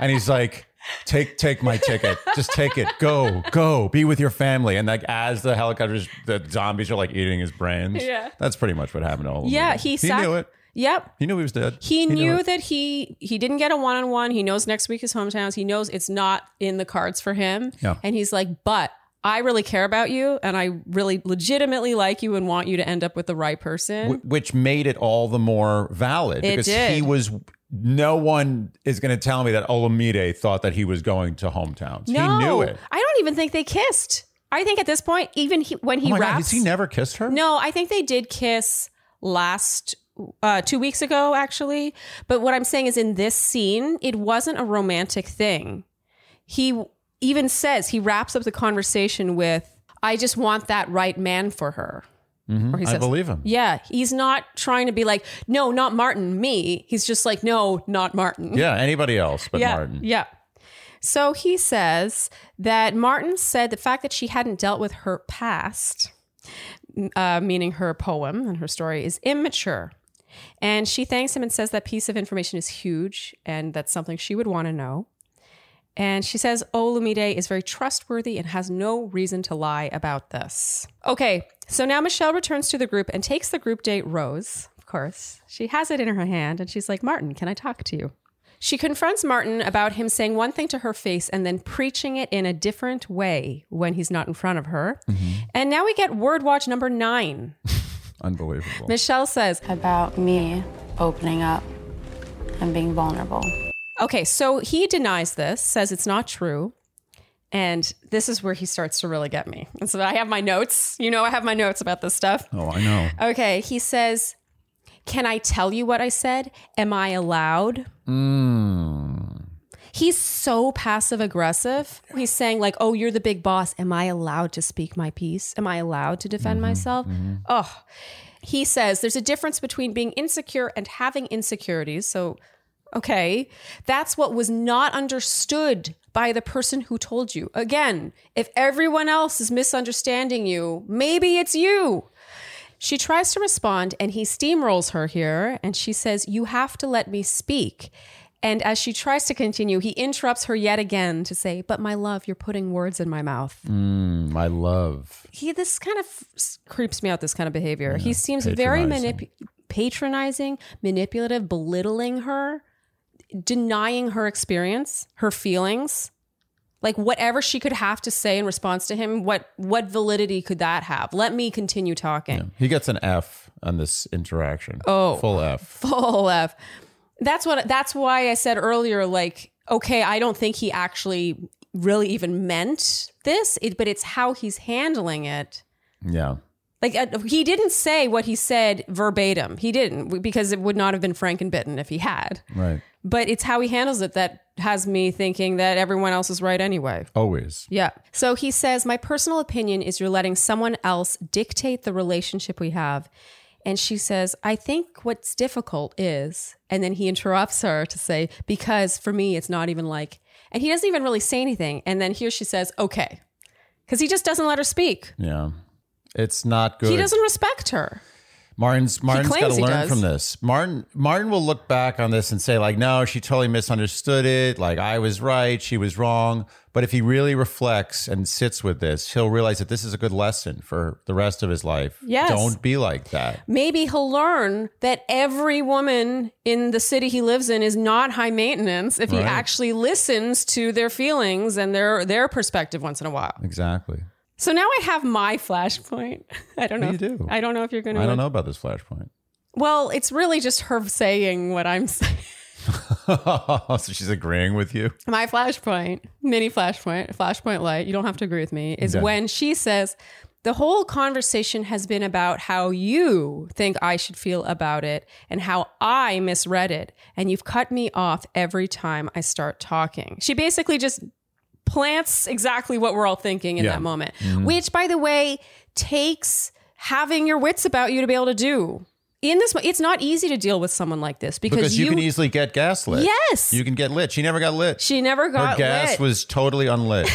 And he's like take take my ticket. Just take it. Go. Go. Be with your family. And like as the helicopters the zombies are like eating his brains.
Yeah.
That's pretty much what happened to all of
Yeah,
them.
he
he
sac-
knew it.
Yep.
He knew he was dead.
He,
it.
knew that he he didn't get a one on one. He knows next week is hometowns. He knows it's not in the cards for him.
Yeah.
And he's like, but I really care about you, and I really legitimately like you, and want you to end up with the right person.
Wh- which made it all the more valid
It
because
did.
he was no one is going to tell me that Olamide thought that he was going to hometowns.
no,
he knew it.
I don't even think they kissed. I think at this point, even he, when
oh
he
my god,
raps,
has he never kissed her?
No, I think they did kiss last uh, two weeks ago, actually. But what I'm saying is, in this scene, it wasn't a romantic thing. He even says he wraps up the conversation with, "I just want that right man for her."
Mhm.
Or he
I
says-
believe him.
Yeah, he's not trying to be like, "No, not Martin, me." He's just like, "No, not Martin."
Yeah, anybody else but
yeah,
Martin.
Yeah. So he says that Martin said the fact that she hadn't dealt with her past, uh, meaning her poem and her story, is immature. And she thanks him and says that piece of information is huge and that's something she would want to know. And she says Olumide is very trustworthy and has no reason to lie about this. Okay, so now Michelle returns to the group and takes the group date Rose, of course. She has it in her hand and she's like, Martin, can I talk to you? She confronts Martin about him saying one thing to her face and then preaching it in a different way when he's not in front of her. And now we get word watch number nine.
Unbelievable.
Michelle says,
About me opening up and being vulnerable.
Okay, so he denies this, says it's not true. And this is where he starts to really get me. And so I have my notes. You know, I have my notes about this stuff.
oh, I know.
Okay, he says, Can I tell you what I said? Am I allowed? He's so passive aggressive. He's saying, like, oh, you're the big boss. Am I allowed to speak my piece? Am I allowed to defend myself? Oh. He says there's a difference between being insecure and having insecurities. So, okay, that's what was not understood by the person who told you. Again, if everyone else is misunderstanding you, maybe it's you. She tries to respond and he steamrolls her here and she says, You have to let me speak. And as she tries to continue, he interrupts her yet again to say, But my love, you're putting words in my mouth.
Mm, I love.
He, this kind of s- creeps me out, this kind of behavior. he seems very manip- patronizing, manipulative, belittling her, denying her experience, her feelings. Like whatever she could have to say in response to him, what what validity could that have? Let me continue talking.
He gets an F on this interaction.
Oh.
full F.
full of. That's what. That's why I said earlier, like, okay, I don't think he actually really even meant this, it, but it's how he's handling it.
Yeah.
Like uh, he didn't say what he said verbatim. He didn't w- because it would not have been Frankenbitten if he had.
Right.
But it's how he handles it that has me thinking that everyone else is right anyway.
Always.
Yeah. So he says, My personal opinion is you're letting someone else dictate the relationship we have. And she says, I think what's difficult is, and then he interrupts her to say, Because for me, it's not even like, and he doesn't even really say anything. And then here she says, Okay. Because he just doesn't let her speak.
Yeah. It's not good.
He doesn't respect her.
Martin's Martin's got
claims
to
he
learn
does.
from this. Martin Martin will look back on this and say like, no, she totally misunderstood it. Like I was right, she was wrong. But if he really reflects and sits with this, he'll realize that this is a good lesson for the rest of his life.
Yes.
Don't be like that.
Maybe he'll learn that every woman in the city he lives in is not high maintenance if he
Right.
actually listens to their feelings and their their perspective once in a while.
Exactly.
So now I have my flashpoint. I don't know.
You
if-
do.
I don't know if you're going to.
I don't know about this flashpoint.
Well, it's really just her saying what I'm saying.
so she's agreeing with you.
My flashpoint, mini flashpoint, flashpoint light, you don't have to agree with me, is
Yeah.
when she says, the whole conversation has been about how you think I should feel about it and how I misread it. And you've cut me off every time I start talking. She basically just plants exactly what we're all thinking in
Yeah. Mm-hmm.
that moment, which, by the way, takes having your wits about you to be able to do. In this, mo- it's not easy to deal with someone like this because,
Because you, can easily get gaslit.
Yes.
You can get lit. She never got lit.
she never
Her
got
gas
lit.
was totally unlit.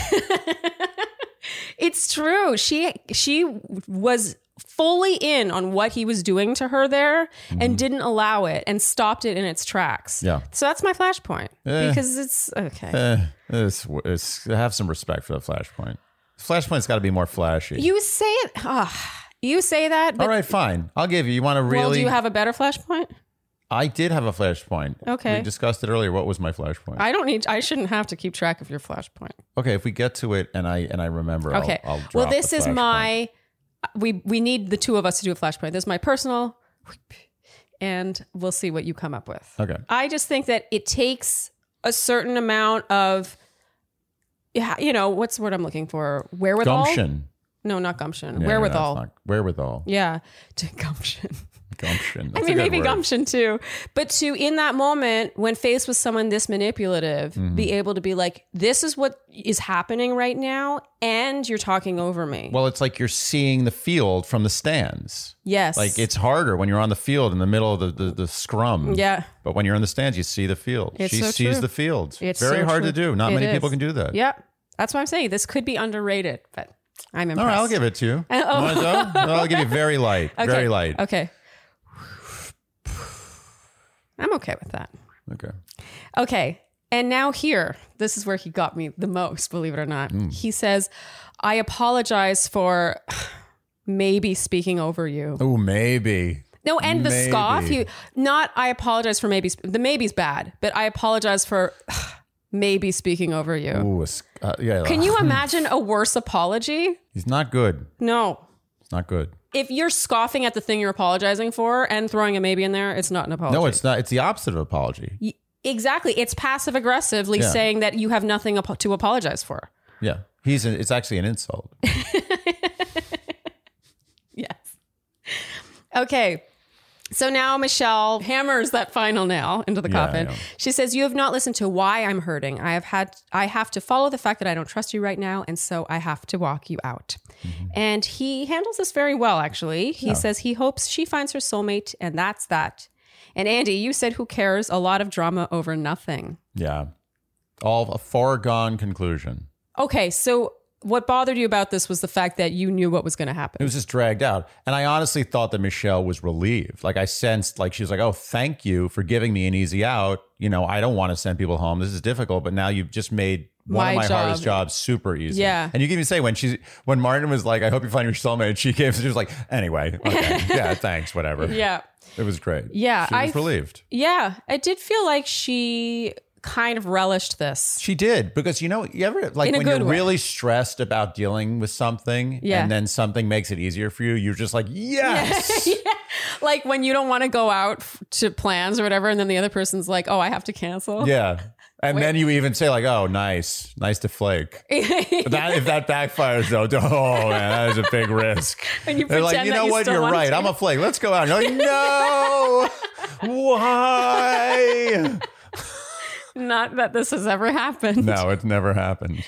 It's true. She she was fully in on what he was doing to her there and didn't allow it and stopped it in its tracks.
Mm-hmm. Yeah.
So that's my flashpoint
Eh.
because it's okay.
Eh, it's, it's, have some respect for the flashpoint. Flashpoint's got to be more flashy.
You say it. ah, you say that. But
All right, fine. I'll give you. You want to really?
well, do you have a better flashpoint?
I did have a flashpoint.
Okay.
We discussed it earlier. What was my flashpoint?
I don't need. I shouldn't have to keep track of your flashpoint.
okay, if we get to it and I and I remember, I'll-
Okay.
I'll,
well,
drop
this
the
is
flashpoint.
my. We we need the two of us to do a flashpoint. This is my personal, and we'll see what you come up with.
Okay.
I just think that it takes a certain amount of, yeah, you know, what's the word I'm looking for? Wherewithal?
Gumption.
No, not gumption.
Yeah, yeah,
Wherewithal.
that's not- wherewithal.
yeah, to gumption. I
Gumption. That's a
mean,
good
maybe
word.
gumption too. But to, in that moment, when faced with someone this manipulative,
Mm-hmm.
be able to be like, this is what is happening right now, and you're talking over me.
Well, it's like you're seeing the field from the stands.
yes.
Like it's harder when you're on the field in the middle of the, the, the scrum.
Yeah.
But when you're in the stands, you see the field.
It's
she
so
sees
true.
the field.
It's
very
so
hard
true.
to do. Not
It
many
is.
people can do that.
Yep. That's what I'm saying. This could be underrated, but I'm
All
impressed.
right, I'll give it to you.
Uh, oh.
You wanna go? Well, I'll give you very light.
Okay.
Very light.
Okay. I'm okay with that.
Okay.
Okay. And now here, this is where he got me the most, believe it or not.
Hmm.
He says, I apologize for maybe speaking over you.
Oh, maybe.
No, and the scoff.
Maybe.
You not I apologize for maybe sp- the maybe's bad, but I apologize for maybe speaking over you.
Ooh, a s- uh, yeah.
Can you imagine a worse apology?
He's not good.
No.
It's not good.
If you're scoffing at the thing you're apologizing for and throwing a maybe in there, it's not an apology.
No, it's not. It's the opposite of apology.
Y- Exactly. It's passive aggressively
Yeah.
saying that you have nothing apo- to apologize for.
Yeah. He's. An, it's actually an insult.
Yes. Okay. So now Michelle hammers that final nail into the
Yeah,
coffin.
I know.
She says, "You have not listened to why I'm hurting. I have had I have to follow the fact that I don't trust you right now and so I have to walk you out."
Mm-hmm.
And he handles this very well actually. He says he hopes she finds her soulmate and that's that. And Andy, you said who cares? A lot of drama over nothing.
Yeah. All a foregone conclusion.
Okay, so what bothered you about this was the fact that you knew what was going to happen.
It was just dragged out. And I honestly thought that Michelle was relieved. Like I sensed like she was like, "Oh, thank you for giving me an easy out. You know, I don't want to send people home. This is difficult, but now you've just made one
My
of my
job.
hardest jobs super easy."
Yeah.
And you can even say when she when Martin was like, "I hope you find your soulmate." And she came she was like, "Anyway, okay. yeah, thanks, whatever."
yeah.
It was great.
Yeah,
She was
I've-
relieved.
Yeah, I did feel like she kind of relished this.
She did because you know you ever like
In a
when you're
good way.
really stressed about dealing with something
Yeah.
and then something makes it easier for you you're just like yes
Like when you don't want to go out f- to plans or whatever, and then the other person's like, oh, I have to cancel.
Yeah. And then you even say like, "Oh, nice, nice to flake." But that, if that backfires though, don't- oh man, that is a big risk.
And you
They're like,
pretend
you
that
know
you
what?
still
You're
want
right.
to."
I'm a flake. Let's go out. No, no. Why?
Not that this has ever happened.
No, it's never happened.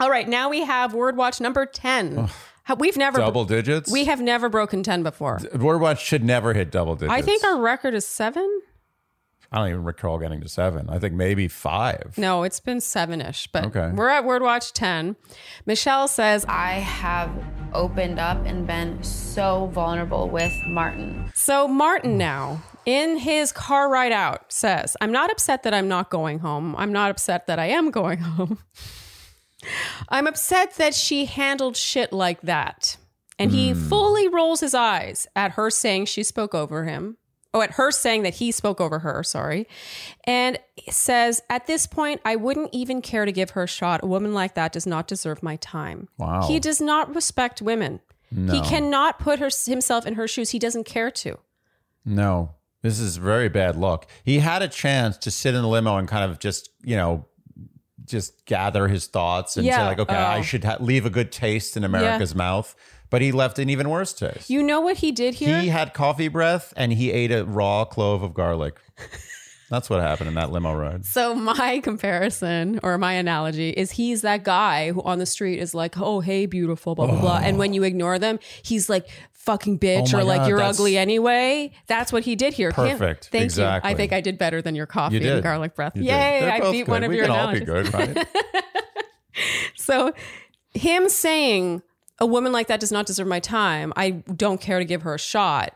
All right, now we have word watch number 10. How- We've never
Double digits.
we have never broken 10 before.
Word watch should never hit double digits.
I think um, our record is 7.
I don't even recall getting to seven. I think maybe five.
No, it's been 7ish, but
Okay.
we're at word watch 10. Michelle says,
I have opened up and been so vulnerable with Martin.
So Martin now in his car ride out says, I'm not upset that I'm not going home. I'm not upset that I am going home. I'm upset that she handled shit like that. And he fully rolls his eyes at her saying she spoke over him. Oh, at her saying that he spoke over her, sorry. And says, At this point, I wouldn't even care to give her a shot. A woman like that does not deserve my time.
Wow.
He does not respect women. He cannot put her, himself in her shoes. He doesn't care to.
No, this is very bad luck. He had a chance to sit in the limo and kind of just, you know, just gather his thoughts and say
Yeah.
like, okay,
Oh.
I should ha- leave a good taste in America's mouth, but he left an even worse taste.
You know what he did here?
he had coffee breath and he ate a raw clove of garlic. That's what happened in that limo ride.
so my comparison or my analogy is he's that guy who on the street is like, "Oh, hey, beautiful, blah blah blah," and when you ignore them, he's like, "Fucking bitch,"
Oh my
or like,
God,
"You're
that's-
ugly anyway." That's what he did here. Can't-
Perfect.
Thank
Exactly.
you. I think I did better than your coffee
You did
and garlic breath.
You did.
Yay!
They're
I
both
beat
good.
one of
we
your
can all be
analogies.
good, right?
So him saying a woman like that does not deserve my time. I don't care to give her a shot.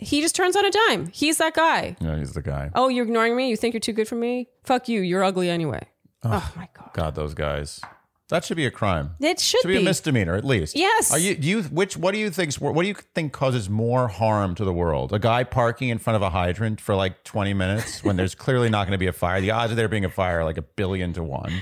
He just turns on a dime. He's that guy.
yeah, he's the guy.
Oh, you're ignoring me? You think you're too good for me? Fuck you. You're ugly anyway. Oh, my God.
God, those guys. That should be a crime.
It should,
should be, a misdemeanor at least.
Yes.
Are you do you which what do you think's what do you think causes more harm to the world? A guy parking in front of a hydrant for like 20 minutes when there's clearly not going to be a fire. The odds of there being a fire are like a billion to 1.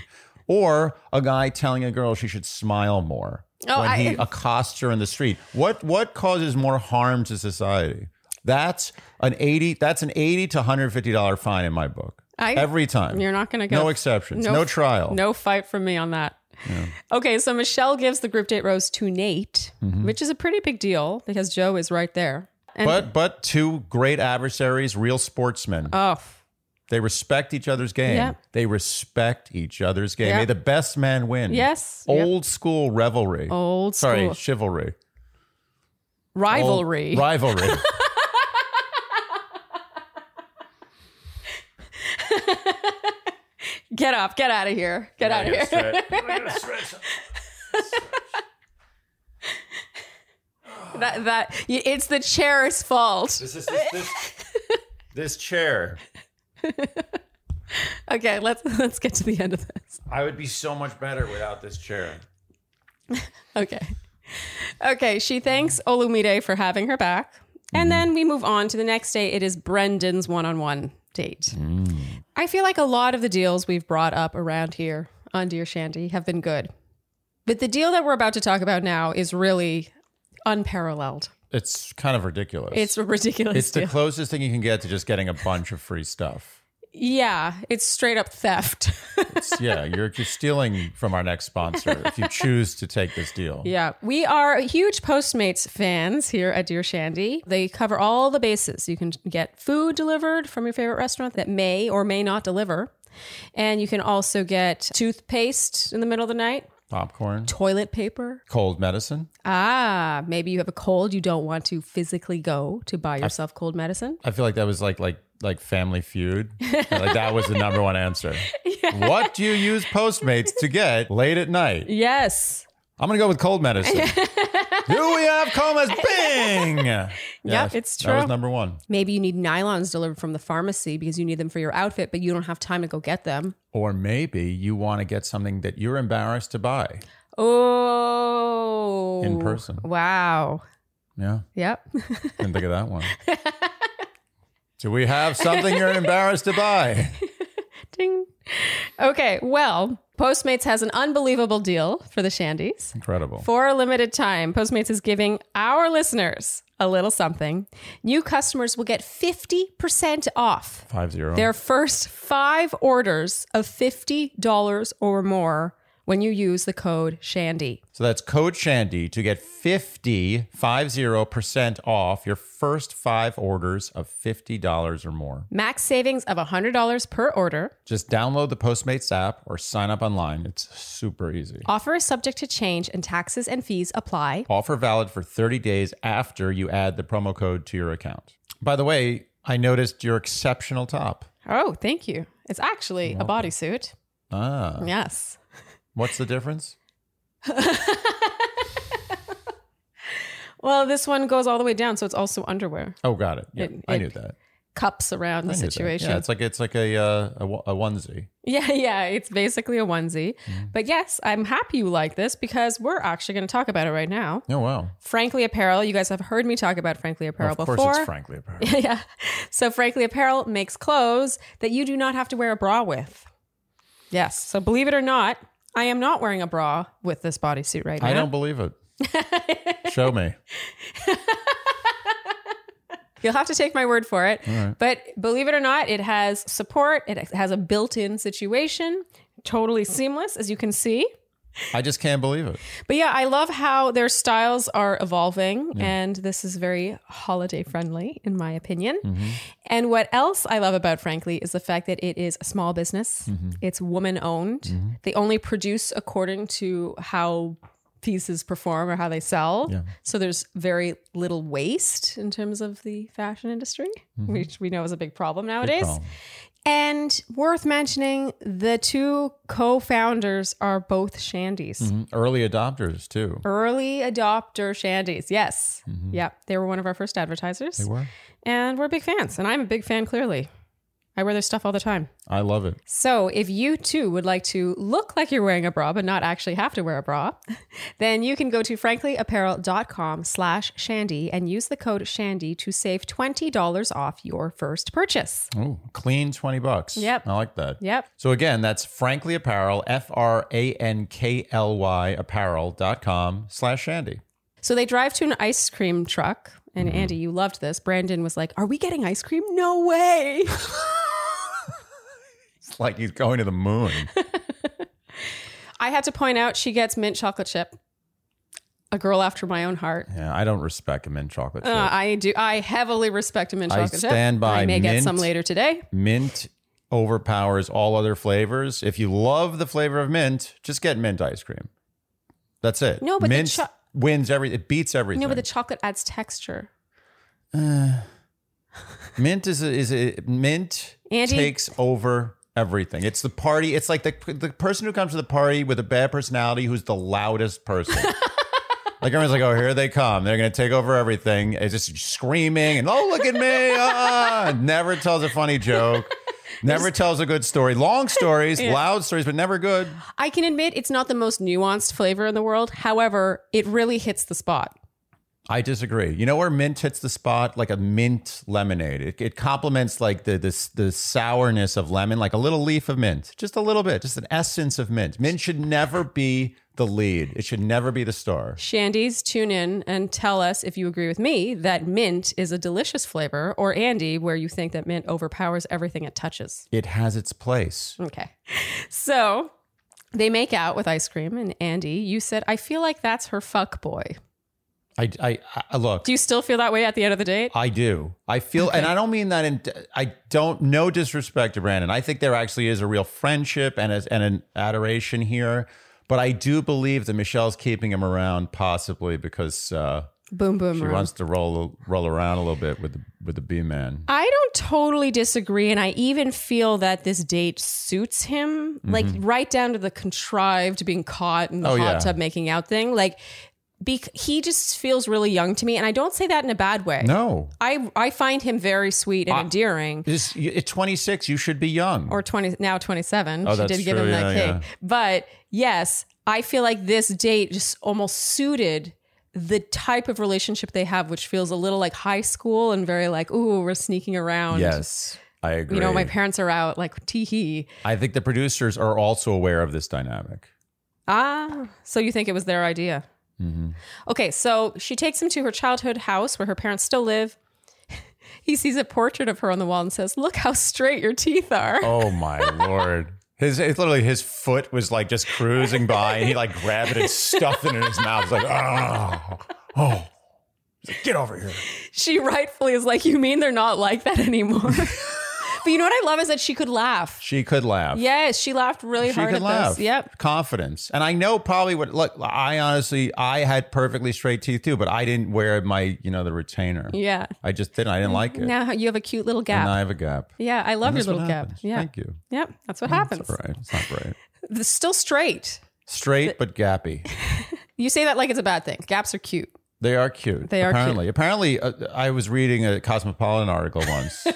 Or a guy telling a girl she should smile more
Oh,
when he
I-
accosts her in the street. What what causes more harm to society? That's an 80 that's an 80 to 150 dollar fine in my book.
I-
Every time.
You're not going to
No
go.
exceptions, no trial.
No fight from me on that. Okay, so Michelle gives the group date rose to Nate,
Mm-hmm.
which is a pretty big deal because Joe is right there. And
But but two great adversaries, real sportsmen.
oh,
They respect each other's game.
Yep.
They respect each other's game.
Yep.
May the best man win.
Yes. Yep.
Old school revelry.
Old
Sorry,
school.
chivalry. Old-
rivalry.
rivalry.
Get up. Get out of here. Get out of here. That, that y- it's the chair's fault.
this, is this, this, this chair.
Okay, let's let's get to the end of this.
I would be so much better without this chair.
Okay. Okay, she thanks Olumide for having her back. And then we move on to the next day. It is Brendan's one on one date.
Mm.
I feel like a lot of the deals we've brought up around here on Dear Shandy have been good. But the deal that we're about to talk about now is really unparalleled.
It's kind of ridiculous.
It's a ridiculous
it's the
deal.
closest thing you can get to just getting a bunch of free stuff.
yeah, it's straight up theft.
It's- yeah, you're, you're stealing from our next sponsor if you choose to take this deal.
Yeah, we are huge Postmates fans here at Dear Shandy. They cover all the bases. You can get food delivered from your favorite restaurant that may or may not deliver. And you can also get toothpaste in the middle of the night,
Popcorn,
toilet paper.
cold medicine.
Ah, maybe you have a cold. You don't want to physically go to buy yourself cold medicine.
I feel like that was like like like Family Feud. like that was the number one answer. What do you use Postmates to get late at night?
Yes.
I'm gonna go with cold medicine. do we have comas? Bing. Yeah,
it's
That was
true.
number one.
Maybe you need nylons delivered from the pharmacy because you need them for your outfit, but you don't have time to go get them.
Or maybe you want to get something that you're embarrassed to buy.
Oh.
In person.
Wow.
Yeah,
Yep.
didn't think of that one. Do we have something you're embarrassed to buy?
Ding. Okay, well, Postmates has an unbelievable deal for the Shandies.
Incredible.
For a limited time, Postmates is giving our listeners a little something. New customers will get 50% off
Five zero.
their first five orders of $50 or more when you use the code Shandy.
So that's code Shandy to get 50 percent off your first five orders of fifty dollars or more.
Max savings of $100 per order.
Just download the Postmates app or sign up online. It's super easy.
Offer is subject to change and taxes and fees apply.
Offer valid for 30 days after you add the promo code to your account. By the way, I noticed your exceptional top.
Oh, thank you. It's actually a bodysuit.
Ah,
Yes.
what's the difference?
Well, this one goes all the way down, so it's also underwear.
Oh, got it. Yeah,
It-
I
it-
knew that.
Cups around the
I knew that.
situation.
Yeah, it's like it's like a uh, a, wo- a onesie.
Yeah, yeah, it's basically a onesie.
Mm-hmm.
But yes, I'm happy you like this because we're actually going to talk about it right now.
Oh wow.
Frankly Apparel, you guys have heard me talk about Frankly Apparel
of course,
before.
it's frankly apparel.
yeah. So Frankly Apparel makes clothes that you do not have to wear a bra with. Yes. So believe it or not, I am not wearing a bra with this bodysuit right now.
I don't believe it. Show me.
You'll have to take my word for it. But believe it or not, it has support. It has a built-in situation. Totally seamless, as you can see.
I just can't believe it.
But yeah, I love how their styles are evolving, and this is very holiday friendly, in my opinion. And what else I love about Frankly is the fact that it is a small business, it's woman owned. They only produce according to how pieces perform or how they sell. So there's very little waste in terms of the fashion industry, which we know is a big problem nowadays.
problem.
And worth mentioning, the two co founders are both Shandies
mm, Early adopters too.
early adopter shandies yes yeah they were one of our first advertisers
Mm-hmm. They were.
and we're big fans and i'm a big fan clearly i wear their stuff all the time
I love it.
so if you too would like to look like you're wearing a bra but not actually have to wear a bra then you can go to franklyapparel.com slash shandy and use the code shandy to save $20 off your first purchase
Ooh, clean twenty bucks.
Yep.
I like that.
yep
So again, that's Frankly Apparel, F R A N K L Y apparel.com slash Shandy.
So they drive to an ice cream truck. And
Mm-hmm.
Andy, you loved this. Brandon was like, Are we getting ice cream? No way.
It's like he's going to the moon.
I had to point out she gets mint chocolate chip. A girl after my own heart.
yeah, I don't respect mint chocolate chip.
Uh, I do. I heavily respect a mint
I
chocolate chip.
stand by
I may get
mint.
some later today.
mint overpowers all other flavors. If you love the flavor of mint, just get mint ice cream. That's it.
No, but the
mint
cho-
wins every. It beats
You
everything.
know, but the chocolate adds texture.
mint is a, is a, mint
Andy-
takes over everything. It's the party. It's like the the person who comes to the party with a bad personality who's the loudest person. Like everyone's like, oh, here they come. They're gonna take over everything. It's just screaming and oh, look at me. Ah, never tells a funny joke. Never tells a good story. Long stories, loud stories, but never good.
I can admit it's not the most nuanced flavor in the world. However, it really hits the spot.
I disagree. You know where mint hits the spot, like a mint lemonade. It, it complements like the this the sourness of lemon, like a little leaf of mint, just a little bit, just an essence of mint. Mint should never be the lead. It should never be the star.
Shandies, tune in and tell us if you agree with me that mint is a delicious flavor, or Andy, where you think that mint overpowers everything it touches.
It has its place.
Okay. So they make out with ice cream, and Andy, you said, I feel like that's her fuck boy.
I I, I look.
Do you still feel that way at the end of the date?
I do. I feel, and I don't mean that in. I don't. No disrespect to Brandon. I think there actually is a real friendship and a, and an adoration here, but I do believe that Michelle's keeping him around possibly because uh,
boom, boom,
she
room.
wants to roll roll around a little bit with the, with the B man.
I don't totally disagree. And I even feel that this date suits him, like right down to the contrived being caught in the
Mm-hmm. Oh,
hot
yeah.
tub making out thing. Like, bec he just feels really young to me. And I don't say that in a bad way.
No,
I, I find him very sweet and endearing.
this at twenty six, you should be young.
or 20 now 27
Oh,
she
that's
did give
true.
him that
Yeah,
cake but yes i feel like this date just almost suited the type of relationship they have which feels a little like high school and very like ooh we're sneaking around
yes, I agree.
You know, my parents are out, like tee hee.
I think the producers are also aware of this dynamic.
Ah, so you think it was their idea?
Mm-hmm.
Okay, so she takes him to her childhood house where her parents still live. he sees a portrait of her on the wall and says, "Look how straight your teeth are."
Oh my lord. His it's literally his foot was like just cruising by and he like grabbed it and stuffed it in his mouth. It's like, oh, oh. He's like, Get over here.
She rightfully is like, "You mean they're not like that anymore?" but you know what I love is that she could laugh.
She could laugh.
Yes, she laughed really
She
hard
could
at
laugh.
this. Yep.
Confidence. And I know probably what look, I honestly I had perfectly straight teeth too, but I didn't wear my, you know, the retainer.
Yeah.
I just didn't. I didn't like it.
Now you have a cute little
And
gap.
I have a gap.
yeah, I love your
And that's what
little gap.
happens.
Yeah.
Thank you.
Yep, that's what happens.
That's all right. It's not right.
It's Still straight.
Straight but gappy.
You say that like it's a bad thing. Gaps are cute.
They are cute.
They are cute.
apparently. Apparently, uh, I was reading a Cosmopolitan article once.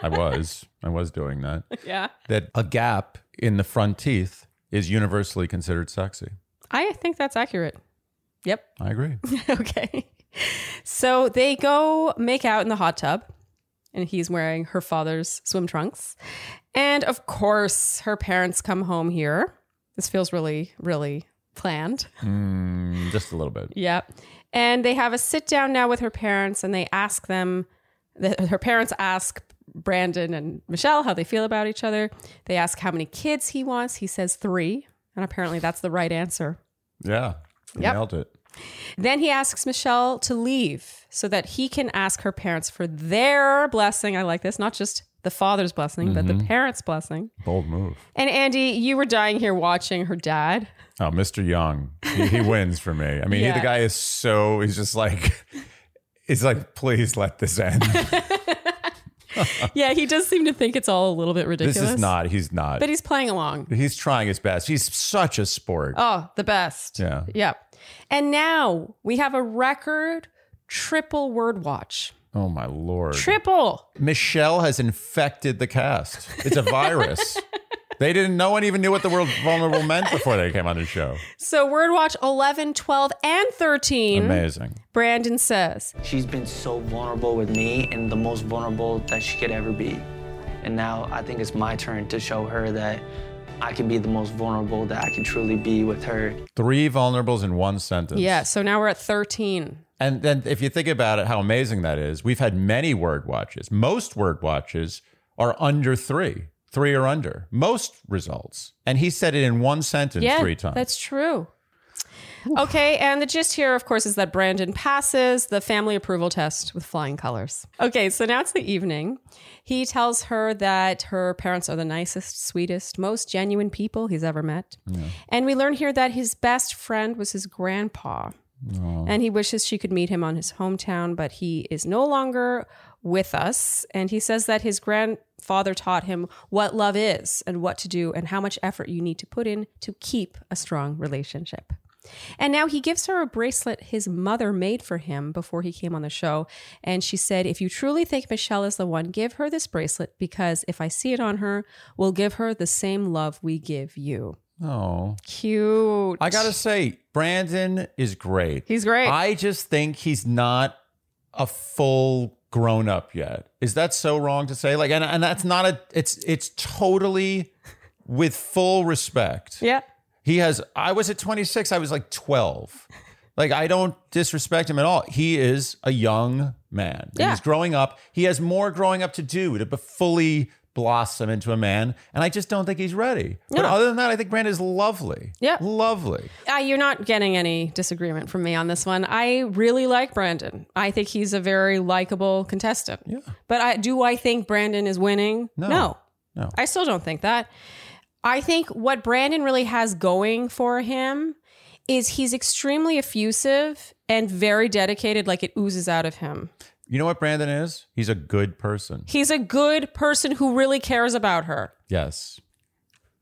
I was, I was doing that.
Yeah.
That a gap in the front teeth is universally considered sexy.
I think that's accurate. Yep.
I agree.
okay. So they go make out in the hot tub, and he's wearing her father's swim trunks. And of course, her parents come home here. This feels really, really planned.
Mm, just a little bit.
Yeah. And they have a sit down now with her parents and they ask them, the, her parents ask Brandon and Michelle how they feel about each other. They ask how many kids he wants. He says three. And apparently that's the right answer.
Yeah, You
Yep.
nailed it.
Then he asks Michelle to leave so that he can ask her parents for their blessing. I like this, not just the father's blessing, but
Mm-hmm.
the parents' blessing.
Bold move.
And Andy, you were dying here watching her dad.
Oh, Mr. Young, he, he wins for me. I mean, he,
Yeah.
the guy is so. He's just like, he's like, please let this end.
yeah, he does seem to think it's all a little bit
this
ridiculous.
is not. He's not.
But he's playing along.
he's trying his best. He's such a sport.
Oh, the best.
Yeah.
Yeah. And now we have a record triple word watch.
Oh my lord.
Triple.
Michelle has infected the cast. It's a virus. they didn't. No one even knew what the word vulnerable meant before they came on the show.
So word watch 11, 12, and 13.
Amazing.
Brandon says,
She's been so vulnerable with me and the most vulnerable that she could ever be. And now I think it's my turn to show her that I can be the most vulnerable that I can truly be with her.
Three vulnerables in one sentence.
yeah, so now we're at 13.
And then if you think about it, how amazing that is. We've had many word watches. Most word watches are under three, three or under. Most results. And he said it in one sentence
yeah,
three times.
that's true. Okay, and the gist here, of course, is that Brandon passes the family approval test with flying colors. Okay, so now it's the evening. He tells her that her parents are the nicest, sweetest, most genuine people he's ever met. And we learn here that his best friend was his grandpa. And he wishes she could meet him on his hometown, but he is no longer with us. And he says that his grandfather taught him what love is and what to do and how much effort you need to put in to keep a strong relationship. And now he gives her a bracelet his mother made for him before he came on the show. And she said, If you truly think Michelle is the one, give her this bracelet because if I see it on her, we'll give her the same love we give you.
oh.
Cute.
I gotta say, Brandon is great.
He's great.
I just think he's not a full grown up yet. Is that so wrong to say? Like, and, and that's not a. It's it's totally with full respect.
yeah.
He has. I was at 26. I was like 12. Like I don't disrespect him at all. He is a young man. And
Yeah.
He's growing up. He has more growing up to do to be fully blossom into a man. And I just don't think he's ready. But
No.
other than that, I think Brandon is lovely.
Yeah.
Lovely.
Uh, you're not getting any disagreement from me on this one. I really like Brandon. I think he's a very likable contestant. Yeah. But I do I think Brandon is winning?
No. No.
I still don't think that. I think what Brandon really has going for him is he's extremely effusive and very dedicated, like it oozes out of him.
You know what Brandon is? He's a good person.
He's a good person who really cares about her.
Yes.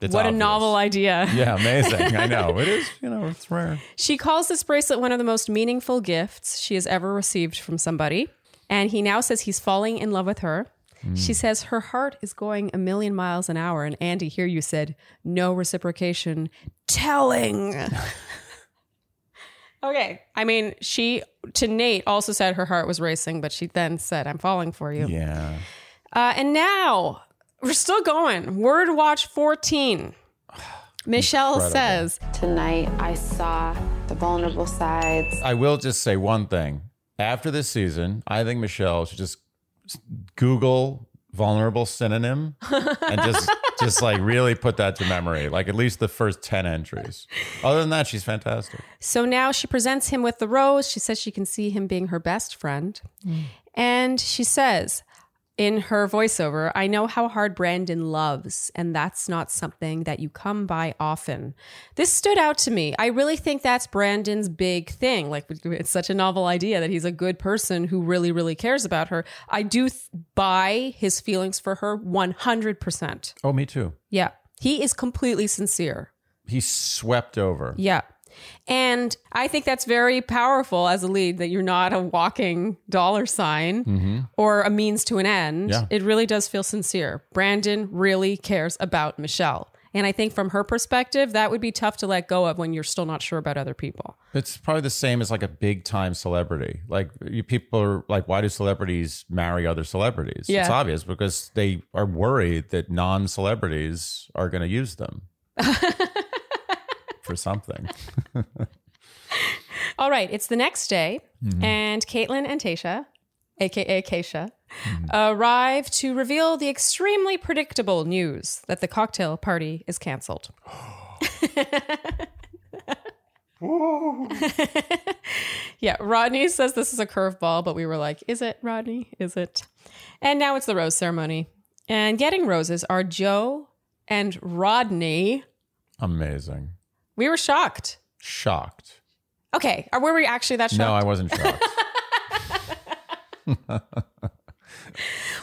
It's
what
obvious.
a novel idea.
Yeah, amazing. I know. It is, you know, it's rare.
She calls this bracelet one of the most meaningful gifts she has ever received from somebody. And he now says he's falling in love with her. She says her heart is going a million miles an hour. And Andy, here you said, no reciprocation. Telling. okay. I mean, she to Nate also said her heart was racing, but she then said, I'm falling for you.
Yeah.
Uh, and now We're still going. Word Watch 14. Michelle
Incredible.
says,
Tonight, I saw the vulnerable sides.
I will just say one thing. After this season, I think Michelle should just Google vulnerable synonym and just just like really put that to memory. Like at least the first 10 entries. Other than that, she's fantastic.
So now she presents him with the rose. She says she can see him being her best friend. And she says in her voiceover, I know how hard Brandon loves, and that's not something that you come by often. This stood out to me. I really think that's Brandon's big thing. Like, it's such a novel idea that he's a good person who really, really cares about her. I do th- buy his feelings for her 100%.
Oh, me too.
Yeah. He is completely sincere.
He swept over.
Yeah. And I think that's very powerful as a lead that you're not a walking dollar sign or a means to an end.
Yeah.
It really does feel sincere. Brandon really cares about Michelle. And I think from her perspective, that would be tough to let go of when you're still not sure about other people.
It's probably the same as like a big time celebrity. Like you people are like, why do celebrities marry other celebrities?
Yeah.
It's obvious because they are worried that non celebrities are going to use them for something.
All right, it's the next day,
Mm-hmm.
and Caitlin and Tasha, aka Keisha,
Mm-hmm.
arrive to reveal the extremely predictable news that the cocktail party is canceled. yeah, Rodney says this is a curveball, but we were like, is it, Rodney? Is it? And now it's the rose ceremony. And getting roses are Joe and Rodney.
Amazing.
We were shocked.
Shocked.
Okay, are- were we actually that shocked?
No, I wasn't shocked.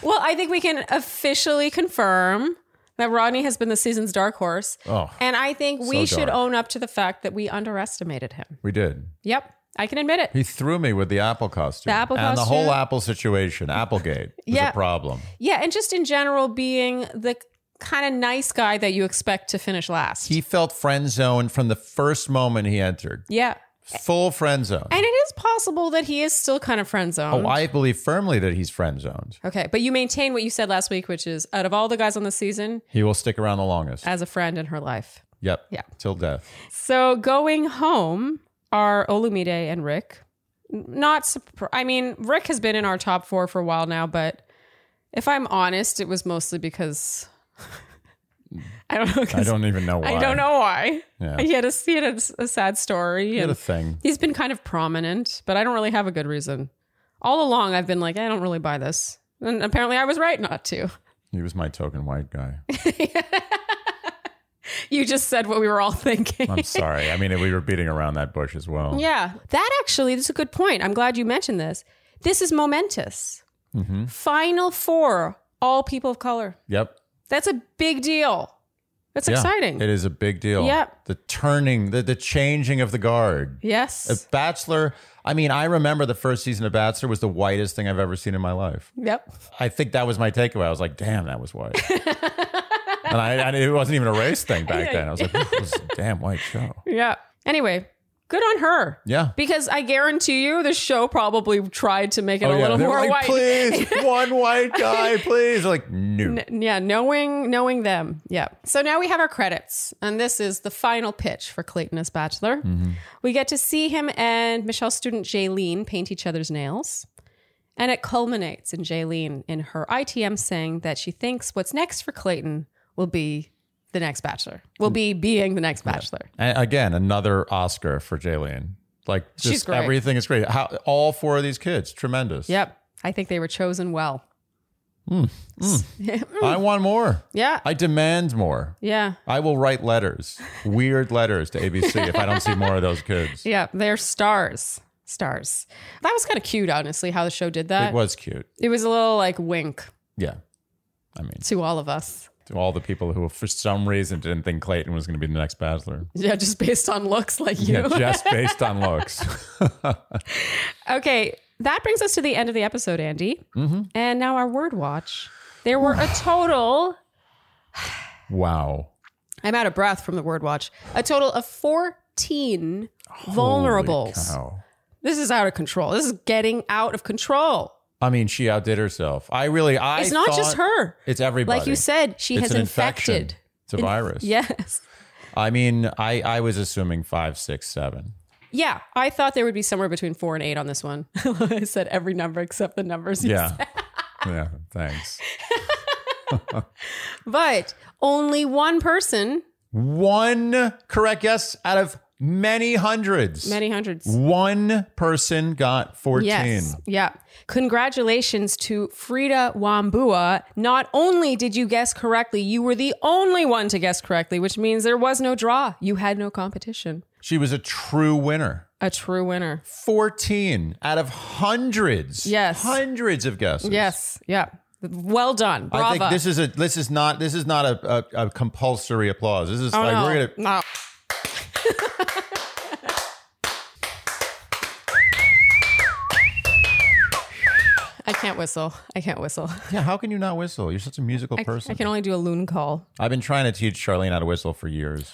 Well, I think we can officially confirm that Rodney has been the season's dark horse.
Oh,
And I think we
So
should
dark.
own up to the fact that we underestimated him.
we did.
Yep, I can admit it.
He threw me with the apple costume.
The apple
and the
costume.
whole apple situation, Applegate, was
Yeah.
a problem.
Yeah, and just in general, being the kind of nice guy that you expect to finish last.
He felt friend zoned from the first moment he entered.
yeah.
Full friend zone.
And it is possible that he is still kind of friend zoned.
Oh, I believe firmly that he's friend zoned.
okay, but you maintain what you said last week, which is out of all the guys on the season,
He will stick around the longest.
as a friend in her life.
yep.
Uh, yeah.
Till death.
So going home are Olumide and Rick. Not, surpr- I mean, Rick has been in our top four for a while now, but if I'm honest, it was mostly because I don't know. 'cause
I don't even know why.
I don't know why.
Yeah.
He had a he had a, a sad story,
He had
and
a thing.
he's been kind of prominent, but I don't really have a good reason. All along, I've been like, I don't really buy this, and apparently, I was right not to.
He was my token white guy.
You just said what we were all thinking.
I'm sorry. I mean, we were beating around that bush as well.
Yeah. That actually, that's a good point. I'm glad you mentioned this. This is momentous.
Mm-hmm.
Final four, all people of color.
Yep.
That's a big deal. That's
Yeah.
exciting.
It is a big deal.
Yep.
The turning, the, the changing of the guard.
Yes.
A Bachelor, I mean, I remember the first season of Bachelor was the whitest thing I've ever seen in my life.
yep.
I think that was my takeaway. I was like, damn, that was white. and I, and it wasn't even a race thing back then. I was like, this was a damn white show.
Yeah. Anyway, good on her.
Yeah.
Because I guarantee you, the show probably tried to make it a little
Oh, They were
more
like,
white.
Please, one white guy, please. They're like, no.
Yeah, knowing knowing them. Yeah. So now we have our credits, and this is the final pitch for Clayton as Bachelor.
Mm-hmm.
We get to see him and Michelle's student Jaylene paint each other's nails. And it culminates in Jaylene in her ITM saying that she thinks what's next for Clayton will be the next bachelor. Will be being the next bachelor.
And again, another Oscar for Jalen. Like, just
She's great.
everything is great. How, all four of these kids, tremendous.
Yep. I think they were chosen well.
I want more.
Yeah.
I demand more.
yeah.
I will write letters, weird letters to ABC if I don't see more of those kids.
Yeah. They're stars. Stars. That was kind of cute, honestly, how the show did that.
It was cute.
It was a little like wink
Yeah. I mean,
to all of us.
to all the people who, for some reason, didn't think Clayton was going to be the next Bachelor.
Yeah, just based on looks like you.
Yeah, just based on looks.
okay, that brings us to the end of the episode, Andy.
Mm-hmm.
And now our word watch. There were a total,
wow.
I'm out of breath from the word watch, a total of 14
Holy
vulnerables.
cow.
This is out of control. This is getting out of control.
I mean, she outdid herself. I really, I.
it's not just
thought
her.
It's everybody.
Like you said, she
It's
has
an infection.
infected.
It's a virus.
Yes.
I mean, I I was assuming five, six, seven.
Yeah, I thought there would be somewhere between four and eight on this one. I said every number except the numbers. you
Yeah. yeah. Thanks.
But only one person,
One correct guess out of many hundreds.
many hundreds.
One person got 14.
Yes. Yeah. Congratulations to Frida Wambua. Not only did you guess correctly, you were the only one to guess correctly, which means there was no draw. You had no competition.
She was a true winner.
A true winner.
14 out of hundreds.
Yes.
Hundreds of guesses.
Yes. Yeah. Well done. Bravo.
I think this is a this is not this is not a, a, a compulsory applause. This is
Oh,
like
no.
we're gonna
No. I can't whistle. I can't whistle.
Yeah, how can you not whistle? You're such a musical
I,
person.
I can only do a loon call.
I've been trying to teach Charlene how to whistle for years.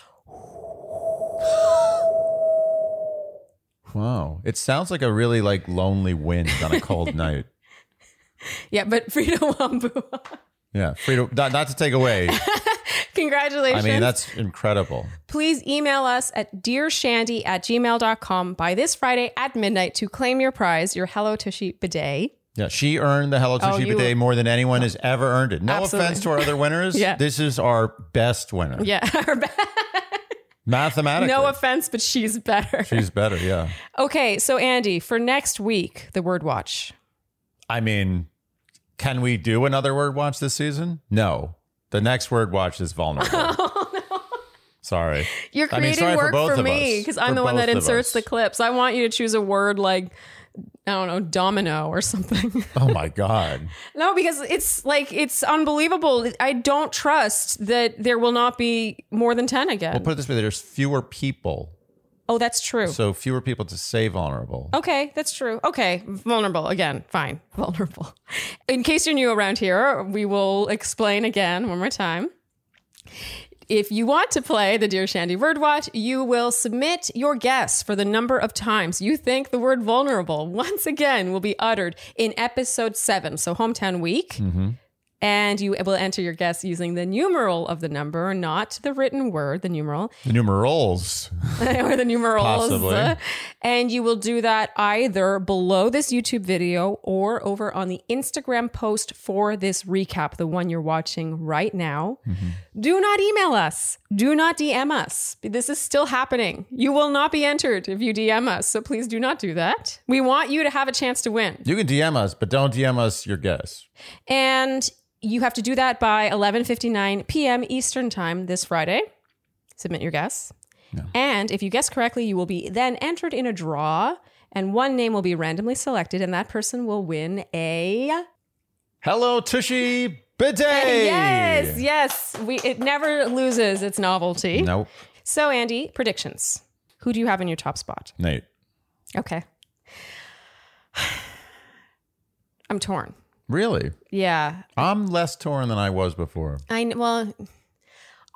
Wow. It sounds like a really like lonely wind on a cold night.
Yeah, but Frida Wambua.
Yeah. Frida, not, not to take away. I
Congratulations.
mean, that's incredible.
Please email us at dearshandy at gmail.com by this Friday at midnight to claim your prize, your Hello Tushy bidet.
Yeah. She earned the Hello
Oh,
Tushy
you- Oh.
Bidet more than anyone has ever earned it. No
Absolutely.
offense to our other winners.
Yeah.
This is our best winner.
Yeah.
Mathematically.
no offense, but she's better.
She's better. Yeah.
okay, so Andy, for next week, the word watch.
I mean, can we do another word watch this season? No. The next word watch is vulnerable.
Oh,
Sorry.
You're
I mean,
creating
sorry for
work
both
for,
of
me
us.
because I'm
For
the one
both
that
of
inserts
us.
the clips. I want you to choose a word like I don't know, domino or something.
Oh my God.
no, because it's like it's unbelievable. I don't trust that there will not be more than ten again.
Well, put it this way there's fewer people.
oh, that's true.
So fewer people to say vulnerable.
Okay, that's true. Okay, vulnerable again. Fine, vulnerable. In case you're new around here, we will explain again one more time. If you want to play the Dear Shandy Word Watch, you will submit your guess for the number of times you think the word vulnerable once again will be uttered in episode seven, so hometown week. And you will enter your guess using the numeral of the number, not the written word, the numeral
The numerals.
or the numerals.
Possibly.
And you will do that either below this YouTube video or over on the Instagram post for this recap, the one you're watching right now. Do not email us. Do not DM us. This is still happening. You will not be entered if you DM us. So please do not do that. We want you to have a chance to win.
You can DM us, but don't DM us your guess.
And you have to do that by 11:59 p.m. Eastern Time this Friday. Submit your guess. And if you guess correctly, you will be then entered in a draw and one name will be randomly selected and that person will win a
Hello, Tushy Bidet.
Yes, yes. We it never loses its novelty.
Nope.
So Andy, predictions. Who do you have in your top spot?
Nate.
Okay. I'm torn.
Really?
Yeah,
I'm less torn than I was before.
I kn- well,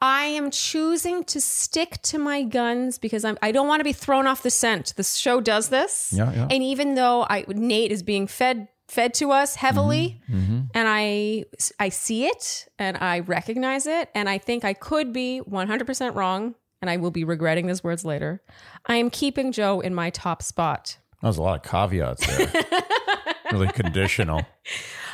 I am choosing to stick to my guns because I'm. I don't want to be thrown off the scent. The show does this,
Yeah, yeah.
and even though I Nate is being fed fed to us heavily,
Mm-hmm,
and I I see it and I recognize it, and I think I could be 100 percent wrong, and I will be regretting these words later. I am keeping Joe in my top spot.
That was a lot of caveats there. really conditional.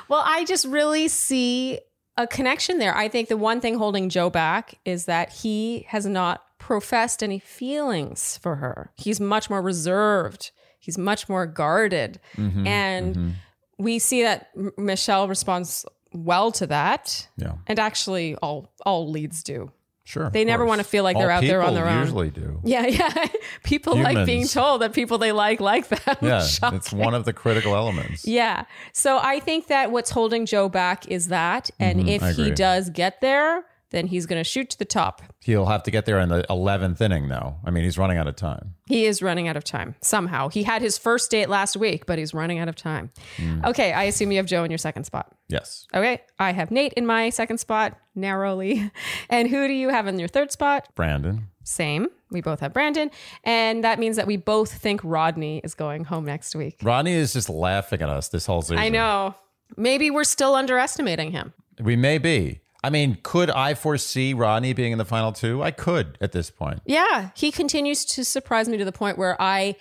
Well, I just really see a connection there. I think the one thing holding Joe back is that he has not professed any feelings for her. He's much more reserved, he's much more guarded.
Mm-hmm,
and we see that M- Michelle responds well to that.
Yeah.
And actually, all all leads do.
Sure. of
They never
course.
wanna feel like
All
they're out there on
people
their own.
Usually do.
Yeah, yeah. people like being
Humans.
told that people they like like them.
Yeah,
Shocking.
it's one of the critical elements.
Yeah. So I think that what's holding Joe back is that. And
Mhm,
if
I
he
agree.
does get there, then he's going to shoot to the top.
He'll have to get there in the eleventh inning, though. I mean, he's running out of time.
He is running out of time somehow. He had his first date last week, but he's running out of time.
Mm.
Okay. I assume you have Joe in your second spot.
Yes,
Okay. I have Nate in my second spot narrowly. And who do you have in your third spot?
Brandon.
Same. We both have Brandon. And that means that we both think Rodney is going home next week.
Ronnie is just laughing at us this whole season.
I know. Maybe we're still underestimating him.
We may be. I mean, could I foresee Ronnie being in the final two? I could at this point.
Yeah, he continues to surprise me to the point where I,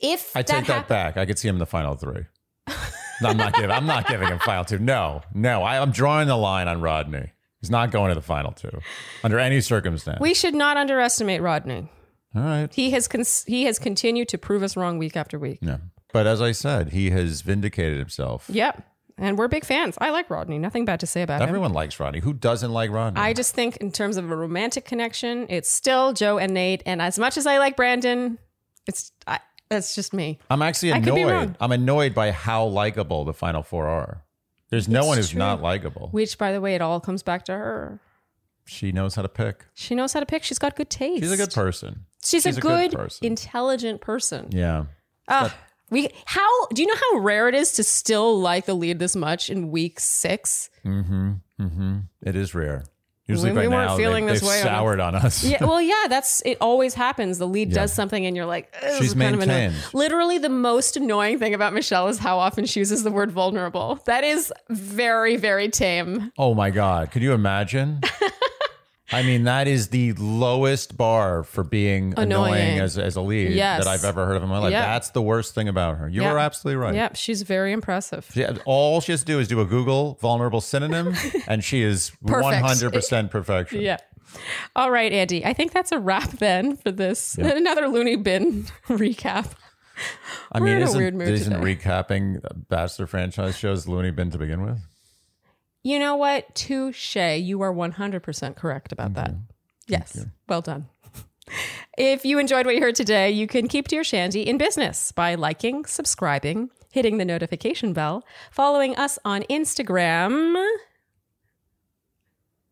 if
I take that
hap-
back. I could see him in the final three. No, I'm not giving. I'm not giving him final two. No, no. I, I'm drawing the line on Rodney. He's not going to the final two under any circumstance.
we should not underestimate Rodney.
All right.
He has cons- he has continued to prove us wrong week after week.
No. But as I said, he has vindicated himself.
Yep, and we're big fans. I like Rodney. Nothing bad to say about him.
Everyone likes Rodney. Who doesn't like Rodney?
I just think in terms of a romantic connection, it's still Joe and Nate. And as much as I like Brandon, it's I, that's just me.
I'm actually
I could be
annoyed.
wrong.
I'm annoyed by how likable the final four are. There's no
It's
one who's
true.
not likable.
Which, by the way, it all comes back to her.
she knows how to pick.
She knows how to pick. She's got good taste.
She's a good person.
She's,
She's
a,
a good
good,
person.
intelligent person.
Yeah.
Ugh. we how do you know how rare it is to still like the lead this much in week six?
Mm-hmm. Mm-hmm. It is rare. Usually
We-
by
we weren't
now
feeling
they,
this
have
way on-
soured on us.
Yeah, well, yeah, that's it. Always happens. The lead
Yeah.
does something, and you're like, "Ugh, this
She's
is kind of annoying."
maintained.
Literally, the most annoying thing about Michelle is how often she uses the word vulnerable. That is very, very tame.
oh my God. Could you imagine? I mean, that is the lowest bar for being annoying,
Annoying.
as, as a lead
Yes.
that I've ever heard of in my life.
Yeah.
That's the worst thing about her. You
Yeah.
are absolutely right.
Yep, she's very impressive.
She, all she has to do is do a Google vulnerable synonym, and she is
Perfect.
one hundred percent perfection.
Yeah. All right, Andy. I think that's a wrap then for this another loony bin recap.
I
We're
mean,
in a
isn't,
weird mood
isn't
today.
recapping Bachelor franchise shows Looney Bin to begin with?
You know what? Touche. You are 100% correct about
Mm-hmm.
that. Yes. Well done. If you enjoyed what you heard today, you can keep Dear Shandy in business by liking, subscribing, hitting the notification bell, following us on Instagram,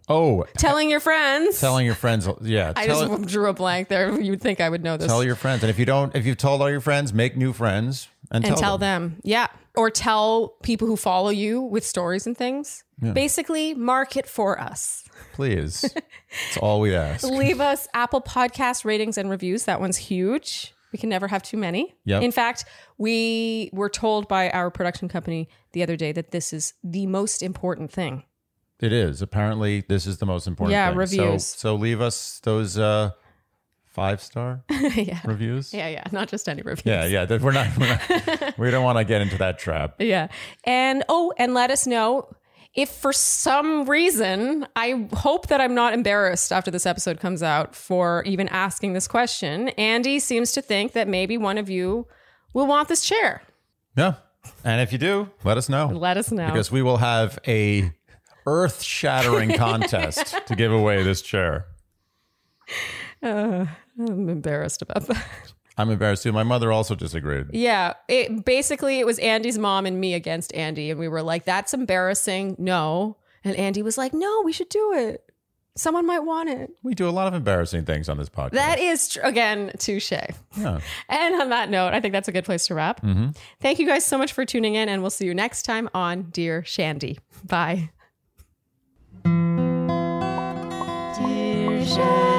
Oh,
telling your friends.
telling your friends. Yeah,
I
tell,
just drew a blank there. You'd think I would know this.
tell your friends, and if you don't, if you've told all your friends, make new friends and,
and tell them. Yeah. Or tell people who follow you with stories and things. Basically, market for us.
please. It's all we ask.
leave us Apple Podcast ratings and reviews. That one's huge. We can never have too many.
Yep.
In fact, we were told by our production company the other day that this is the most important thing.
It is apparently this is the most important.
Yeah,
thing.
reviews.
So, so leave us those uh, five star
yeah.
reviews.
Yeah, yeah. Not just any reviews.
Yeah, yeah. that- We're not. We're not we don't want to get into that trap.
Yeah. And oh, and let us know if for some reason I hope that I'm not embarrassed after this episode comes out for even asking this question. Andy seems to think that maybe one of you will want this chair.
Yeah. And if you do, let us know.
Let us know.
Because we will have a earth-shattering contest to give away this chair.
I'm embarrassed about that.
I'm embarrassed too. My mother also disagreed.
Yeah, it basically it was Andy's mom and me against Andy, and we were like, "That's embarrassing." No, and Andy was like, "No, we should do it. Someone might want it."
We do a lot of embarrassing things on this podcast.
That is tr- again touche.
Yeah.
And on that note, I think that's a good place to wrap. Thank you guys so much for tuning in, and we'll see you next time on Dear Shandy. Bye.
Dear Shandy.